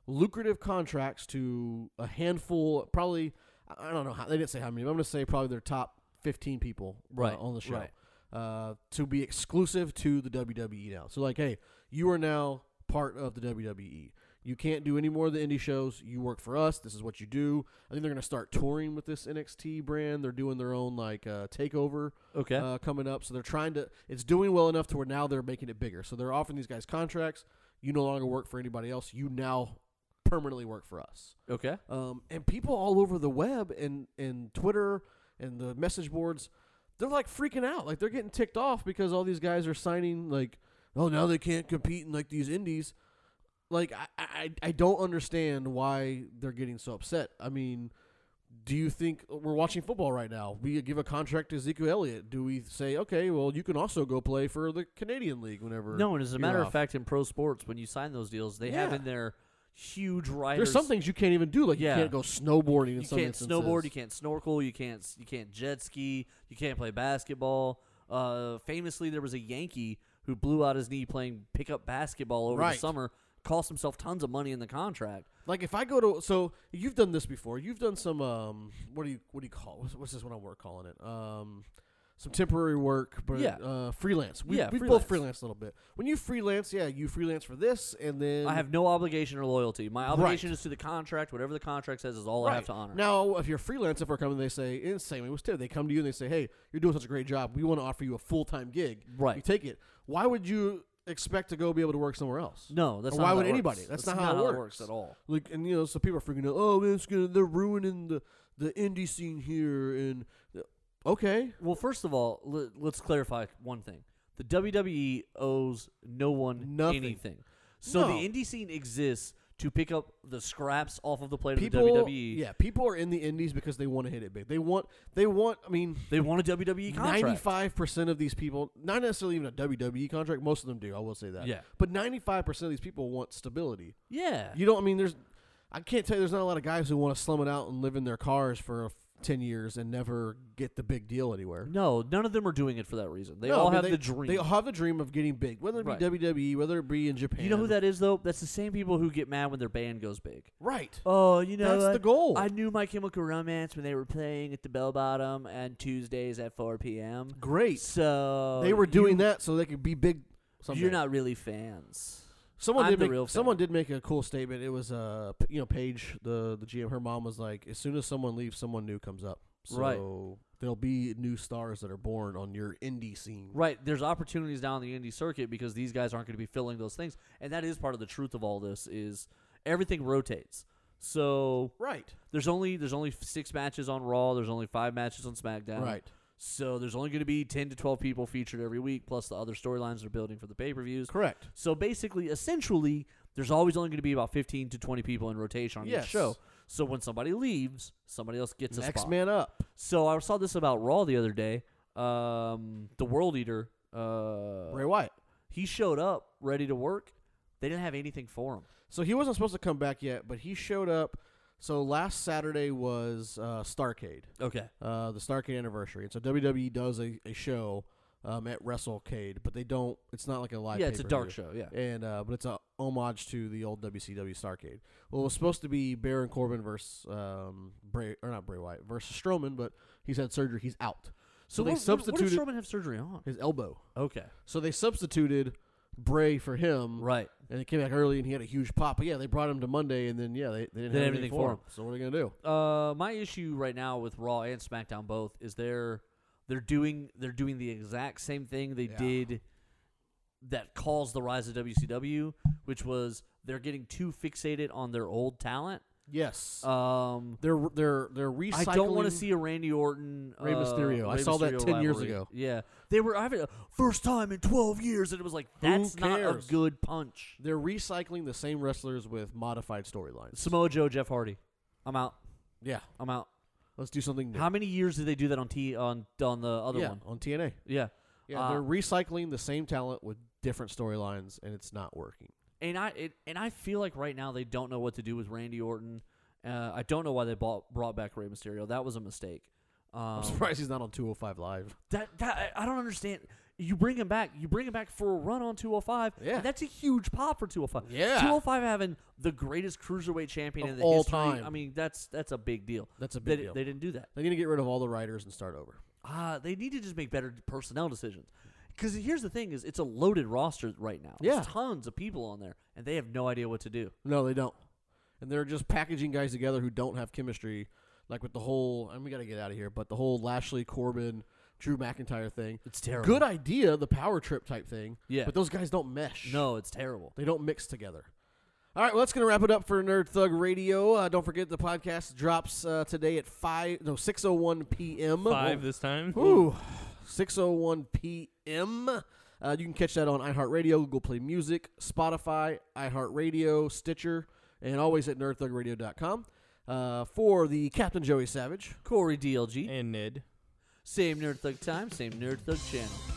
A: lucrative contracts to a handful, probably, I I don't know how, they didn't say how many, but I'm going to say probably their top 15 people uh,
G: Right,
A: on the show
G: right.
A: uh, to be exclusive to the WWE now. So like, hey, you are now part of the WWE. You can't do any more of the indie shows. You work for us. This is what you do. I think they're gonna start touring with this NXT brand. They're doing their own like uh, takeover
G: Okay.
A: uh, coming up. So they're trying to. It's doing well enough to where now they're making it bigger. So they're offering these guys contracts. You no longer work for anybody else. You now permanently work for us
G: okay.
A: um, and people all over the web and and Twitter and the message boards, they're like freaking out. Like they're getting ticked off because all these guys are signing like, oh now they can't compete in like these indies. Like I I, I don't understand why they're getting so upset. I mean. Do you think uh, we're watching football right now? We give a contract to Ezekiel Elliott. Do we say, okay, well, you can also go play for the Canadian League whenever?
G: No, and as a
A: you're
G: matter of
A: off?
G: fact, in pro sports, when you sign those deals, they have
A: Yeah.
G: in there huge riders.
A: there's some things you can't even do. Like
G: Yeah.
A: you can't go snowboarding. In
G: You
A: some
G: can't
A: instances.
G: snowboard. You can't snorkel. You can't. s- You can't jet ski. You can't play basketball. Uh, famously, there was a Yankee who blew out his knee playing pickup basketball over the
A: Right.
G: summer. Cost himself tons of money in the contract.
A: Like if I go to so you've done this before. You've done some um what do you what do you call what's, what's this one I work calling it um some temporary work but
G: Yeah.
A: uh freelance. We
G: Yeah,
A: we
G: freelance.
A: both freelance a little bit. When you freelance, yeah, you freelance for this and then
G: I have no obligation or loyalty. My obligation
A: Right.
G: is to the contract. Whatever the contract says is all I have to honor.
A: Now, if you're freelance, if we're coming, they say, in the same way with Tim, they come to you and they say, hey, you're doing such a great job. We want to offer you a full time gig.
G: Right.
A: You take it. Why would you expect to go be able to work somewhere else?
G: No, that's
A: Or
G: not
A: why
G: how
A: would
G: that
A: anybody?
G: works.
A: That's,
G: That's
A: not, how,
G: not
A: it
G: how
A: works.
G: it works at all.
A: Like, and you know, so people are freaking out. Oh, man, it's gonna they're ruining the the indie scene here. And uh, okay,
G: Well, first of all, l- let's clarify one thing. The WWE owes no one
A: Nothing.
G: anything. So
A: No.
G: the indie scene exists to pick up the scraps off of the E. plate
A: people,
G: of the WWE.
A: yeah, people are in the indies because they want to hit it big. They want, they want. I mean,
G: They want a WWE contract.
A: Ninety-five percent of these people, not necessarily even a WWE contract. Most of them do. I will say that.
G: Yeah.
A: But ninety-five percent of these people want stability.
G: Yeah.
A: You don't. I mean, there's. I can't tell you. There's not a lot of guys who want to slum it out and live in their cars for f- ten years and never get the big deal anywhere.
G: no, none of them are doing it for that reason. They
A: No,
G: all
A: but
G: have
A: they,
G: the dream.
A: They all have the dream of getting big, whether it be
G: Right.
A: WWE, whether it be in Japan.
G: you know who that is though? That's the same people who get mad when their band goes big.
A: Right.
G: Oh, you know
A: That's
G: what?
A: the goal.
G: I knew My Chemical Romance when they were playing at the Bell Bottom and Tuesdays at 4 p.m.
A: Great.
G: So
A: they were doing
G: you-
A: that so they could be big. Someday.
G: You're not really fans.
A: Someone
G: I'm
A: did
G: the
A: make,
G: real fan.
A: someone did make a cool statement. It was uh p- you know Paige the the GM. Her mom was like, as soon as someone leaves, someone new comes up. So
G: Right.
A: there'll be new stars that are born on your indie scene.
G: Right, there's opportunities down the indie circuit because these guys aren't going to be filling those things, and that is part of the truth of all this is everything rotates. So
A: Right.
G: there's only there's only six matches on Raw, there's only five matches on SmackDown.
A: Right.
G: So there's only going to be 10 to 12 people featured every week, plus the other storylines they're building for the pay per views.
A: Correct.
G: So basically, essentially, there's always only going to be about 15 to 20 people in rotation on
A: Yes.
G: each show. So when somebody leaves, somebody else gets a
A: Next
G: spot.
A: man up.
G: So I saw this about Raw the other day. Um, the World Eater, uh,
A: Ray Wyatt.
G: he showed up ready to work. They didn't have anything for him.
A: So he wasn't supposed to come back yet, but he showed up. So last Saturday was uh, Starcade,
G: Okay.
A: uh, the Starcade anniversary, and so WWE does a, a show um, at WrestleCade, but they don't. It's not like a live.
G: Yeah, it's a dark
A: pay-per-view.
G: show. Yeah.
A: and uh, but it's a homage to the old WCW Starcade. Well, it was supposed to be Baron Corbin versus um, Bray or not Bray Wyatt versus Strowman, but he's had surgery. He's out. So,
G: So,
A: they
G: what,
A: substituted
G: What did Strowman have surgery on?
A: his elbow.
G: Okay.
A: So they substituted Bray for him,
G: Right.
A: and it came back early, and he had a huge pop. But yeah, they brought him to Monday, and then yeah, they, they didn't
G: They
A: have
G: didn't have
A: anything
G: anything
A: for
G: for
A: him. So what are they gonna do?
G: Uh, my issue right now with Raw and SmackDown both is they're they're doing they're doing the exact same thing they did that caused the rise of WCW, which was they're getting too fixated on their old talent.
A: Yes,
G: Um,
A: Uh, they're they're they're recycling.
G: I don't want to see a Randy Orton
A: Rey
G: uh,
A: Mysterio. I
G: Rey
A: saw that
G: Mysterio
A: 10 years
G: rivalry.
A: ago.
G: Yeah, they were having a first time in twelve years, and it was like
A: Who
G: that's not a
A: cares?
G: good punch.
A: They're recycling the same wrestlers with modified storylines.
G: Samoa Joe, Jeff Hardy, I'm out.
A: yeah,
G: I'm out.
A: let's do something new.
G: How many years did they do that on T on on the other
A: yeah,
G: one?
A: on TNA.
G: Yeah.
A: Yeah,
G: Uh,
A: they're recycling the same talent with different storylines, and it's not working.
G: and I it, and I feel like right now they don't know what to do with Randy Orton. Uh, I don't know why they bought, brought back Rey Mysterio. That was a mistake. Um,
A: I'm surprised he's not on 205 Live.
G: That, that I I don't understand. You bring him back. You bring him back for a run on 205.
A: Yeah.
G: and that's a huge pop for 205.
A: Yeah.
G: 205 having the greatest cruiserweight champion
A: Of
G: in the
A: all
G: history.
A: time.
G: I mean, that's that's a big deal.
A: That's a
G: They
A: big
G: di-
A: deal.
G: They didn't do that.
A: They need to get rid of all the writers and start over.
G: Ah, they need to just make better personnel decisions. Because here's the thing: is it's a loaded roster right now.
A: Yeah.
G: There's tons of people on there, and they have no idea what to do.
A: No, they don't. And they're just packaging guys together who don't have chemistry, like with the whole. And we got to get out of here, but the whole Lashley Corbin, Drew McIntyre thing.
G: It's terrible.
A: Good idea, the power trip type thing.
G: Yeah.
A: But those guys don't mesh.
G: No, it's terrible.
A: They don't mix together. All right, well, that's going to wrap it up for Nerd Thug Radio. Uh, don't forget the podcast drops uh, today at five, no six oh one p.m.
C: Five this time.
A: Ooh, 6:01 p.m. Uh, you can catch that on iHeartRadio, Google Play Music, Spotify, iHeartRadio, Stitcher, and always at nerdthugradio.com. Uh, for the Captain Joey Savage,
G: Corey DLG.
C: And Ned.
G: Same Nerd Thug time, same Nerd Thug channel.